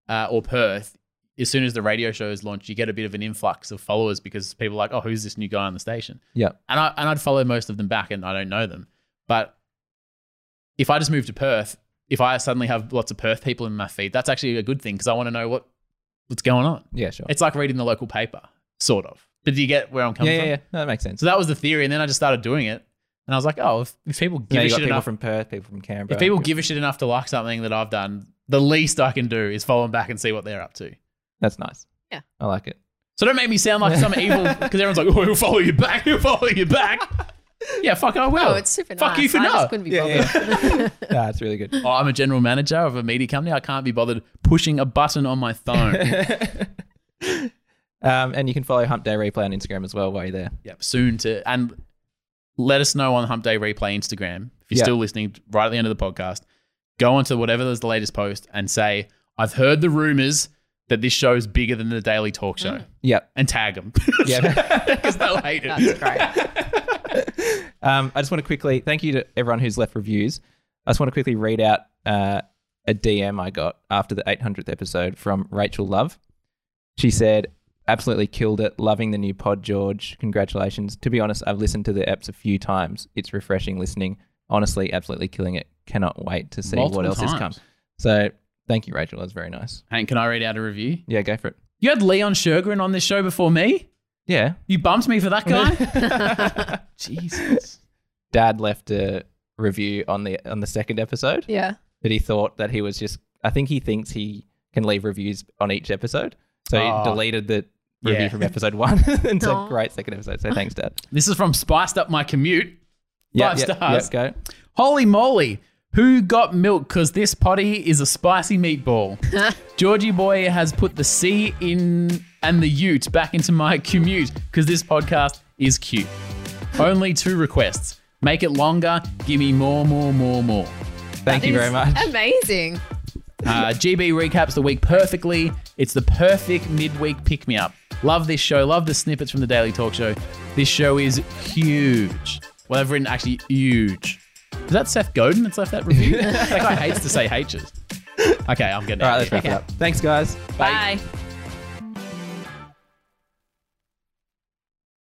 Speaker 6: uh, or Perth, as soon as the radio show is launched, you get a bit of an influx of followers because people are like, oh, who's this new guy on the station?
Speaker 2: yeah.
Speaker 6: And I and I'd follow most of them back, and I don't know them. But if I just move to Perth, if I suddenly have lots of Perth people in my feed, that's actually a good thing because I want to know what what's going on.
Speaker 2: Yeah, sure.
Speaker 6: It's like reading the local paper, sort of. But do you get where I'm
Speaker 2: yeah,
Speaker 6: coming
Speaker 2: yeah,
Speaker 6: from?
Speaker 2: yeah. No, that makes sense.
Speaker 6: So that was the theory, and then I just started doing it, and I was like, oh, if, if people
Speaker 2: You
Speaker 6: give
Speaker 2: know,
Speaker 6: a
Speaker 2: you got
Speaker 6: shit
Speaker 2: people
Speaker 6: enough
Speaker 2: from Perth, people from Canberra.
Speaker 6: if people give a shit enough to like something that I've done, the least I can do is follow them back and see what they're up to.
Speaker 2: that's nice.
Speaker 3: Yeah.
Speaker 2: I like it.
Speaker 6: So don't make me sound like some evil because everyone's like, "Oh, he'll follow you back. He'll follow you back." yeah, fuck, I will.
Speaker 3: Oh, it's super
Speaker 6: Fuck
Speaker 3: nice.
Speaker 6: you for
Speaker 3: I
Speaker 6: now.
Speaker 3: just couldn't be
Speaker 2: Yeah, yeah.
Speaker 3: bothered.
Speaker 2: Nah, it's really good.
Speaker 6: Oh, I'm a general manager of a media company. I can't be bothered pushing a button on my phone.
Speaker 2: Um, and you can follow Hump Day Replay on Instagram as well while you're there.
Speaker 6: yep, soon to and let us know on Hump Day Replay Instagram if you're
Speaker 2: Yeah.
Speaker 6: still listening. Right at the end of the podcast, go onto whatever is the latest post and say, "I've heard the rumors that this show's bigger than the Daily Talk Show,"
Speaker 3: Mm.
Speaker 2: Yep.
Speaker 6: and tag them.
Speaker 2: Yeah.
Speaker 6: because they'll hate it.
Speaker 3: That's great.
Speaker 2: Um, I just want to quickly thank you to everyone who's left reviews. I just want to quickly read out uh, a DM I got after the 800th episode from Rachel Love. She said, "Absolutely killed it. Loving the new pod, George. Congratulations. To be honest, I've listened to the eps a few times. It's refreshing listening. Honestly, absolutely killing it. Cannot wait to see
Speaker 6: Multiple
Speaker 2: what else has come."
Speaker 6: times.
Speaker 2: So, thank you, Rachel. That's very nice.
Speaker 6: Hank, can I read out a review?
Speaker 2: Yeah, go for it.
Speaker 6: You had Leon Shergren on this show before me.
Speaker 2: Yeah,
Speaker 6: You bumped me for that guy. Jesus.
Speaker 2: Dad left a review on the on the second episode.
Speaker 3: yeah.
Speaker 2: that he thought that he was just I think he thinks he can leave reviews on each episode. So
Speaker 6: Oh.
Speaker 2: he deleted the review
Speaker 6: Yeah.
Speaker 2: from episode one. and so
Speaker 3: Aw.
Speaker 2: great second episode. So thanks, Dad.
Speaker 6: This is from Spiced Up My Commute.
Speaker 2: Yeah,
Speaker 6: Five
Speaker 2: yeah,
Speaker 6: stars.
Speaker 2: Yeah, go.
Speaker 6: Holy moly. Who got milk? Because this potty is a spicy meatball. Georgie Boy has put the C in and the ute back into my commute because this podcast is cute. Only two requests. Make it longer. Give me more, more, more, more.
Speaker 2: Thank you very much.
Speaker 3: Amazing.
Speaker 6: Uh, GB recaps the week perfectly. It's the perfect midweek pick me up. Love this show. Love the snippets from the Daily Talk Show. This show is huge. Well, I've written actually huge. Is that Seth Godin that's left that review? that guy hates to say H's. Okay, I'm getting
Speaker 2: All
Speaker 6: out
Speaker 2: right,
Speaker 6: of
Speaker 2: let's
Speaker 6: here.
Speaker 2: wrap it up. Thanks, guys.
Speaker 3: Bye.